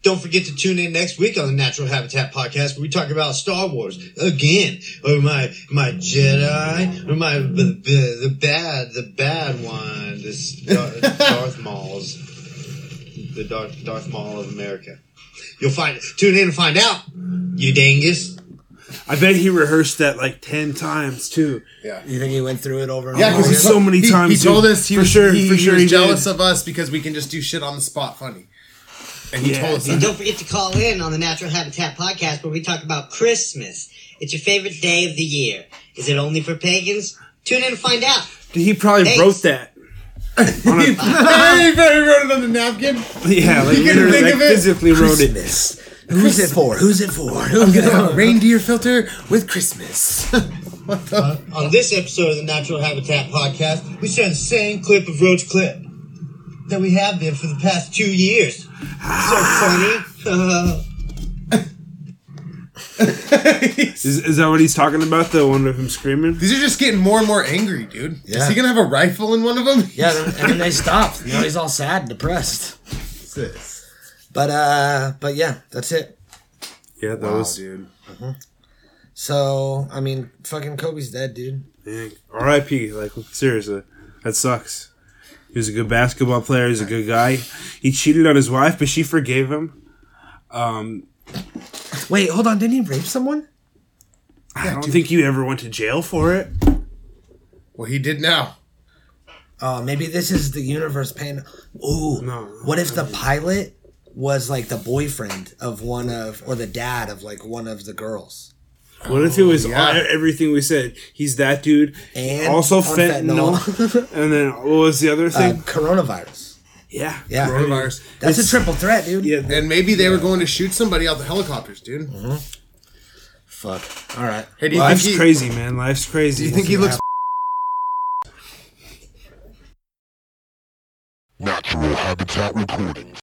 Speaker 6: Don't forget to tune in next week on the Natural Habitat Podcast where we talk about Star Wars again. Or my my Jedi, or my the, the, the bad the bad one, the Star, Darth Mauls, the Darth Darth Maul of America. You'll find tune in and find out, you dingus.
Speaker 2: I bet he rehearsed that like ten times too.
Speaker 4: You think he went through it over? And
Speaker 3: Yeah,
Speaker 4: over
Speaker 3: because
Speaker 2: Oh,
Speaker 3: he
Speaker 4: again?
Speaker 2: so many
Speaker 3: he-
Speaker 2: times,
Speaker 3: He told
Speaker 2: dude.
Speaker 3: us he
Speaker 2: For
Speaker 3: was,
Speaker 2: sure,
Speaker 3: he,
Speaker 2: for
Speaker 3: he
Speaker 2: sure
Speaker 3: was
Speaker 2: he
Speaker 3: jealous
Speaker 2: did.
Speaker 3: of us because we can just do shit on the spot funny. And he
Speaker 2: Yeah,
Speaker 3: told us
Speaker 2: he
Speaker 3: that.
Speaker 5: Don't forget to call in on the Natural Habitat Podcast where we talk about Christmas. It's your favorite day of the year. Is it only for pagans? Tune in and find out.
Speaker 2: He probably
Speaker 5: Thanks.
Speaker 2: wrote that. On a-
Speaker 3: Hey, he wrote it on the napkin.
Speaker 2: yeah, like
Speaker 3: couldn't
Speaker 2: literally,
Speaker 3: think
Speaker 2: like
Speaker 3: of it?
Speaker 2: physically wrote it.
Speaker 4: Christmas. Who's it for? Who's it for?
Speaker 3: I'm
Speaker 4: Who's
Speaker 3: gonna
Speaker 4: it
Speaker 3: have a
Speaker 4: for?
Speaker 3: reindeer filter with Christmas.
Speaker 6: On this episode of the Natural Habitat Podcast, we share the same clip of Roach Clip that we have been for the past two years. So funny.
Speaker 2: Is, is that what he's talking about? The one of him screaming?
Speaker 3: These are just getting more and more angry, dude. Is
Speaker 4: Yeah.
Speaker 3: he gonna have a rifle in one of them?
Speaker 4: Yeah, then- and then they stopped. Now he's all sad, and depressed. But uh, but yeah, that's it.
Speaker 2: Yeah, that was.
Speaker 3: dude.
Speaker 4: So I mean, fucking Kobe's dead, dude.
Speaker 2: Dang. R.I.P. Like seriously, that sucks. He was a good basketball player. He's a good guy. He cheated on his wife, but she forgave him. Um,
Speaker 4: Wait, hold on. Didn't he rape someone?
Speaker 2: I don't think you ever went to jail for it.
Speaker 3: Well, he did now.
Speaker 4: Oh, maybe this is the universe paying. Ooh,
Speaker 2: No.
Speaker 4: what if the pilot was like the boyfriend of one of, or the dad of like one of the girls?
Speaker 2: What if it was
Speaker 3: yeah.
Speaker 2: all, everything we said? He's that dude.
Speaker 4: And
Speaker 2: also
Speaker 4: on
Speaker 2: fentanyl. and then what was the other
Speaker 4: Uh,
Speaker 2: thing?
Speaker 4: coronavirus.
Speaker 2: yeah.
Speaker 4: Yeah,
Speaker 3: Coronavirus.
Speaker 4: that's a triple threat, dude.
Speaker 2: Yeah.
Speaker 3: And maybe they were going to shoot somebody out the helicopters, dude.
Speaker 2: Mm-hmm.
Speaker 4: Fuck. All right.
Speaker 3: Hey, do you
Speaker 2: Life's
Speaker 3: think he,
Speaker 2: crazy, man. Life's crazy.
Speaker 3: do you think he looks?
Speaker 10: Natural Habitat Recordings.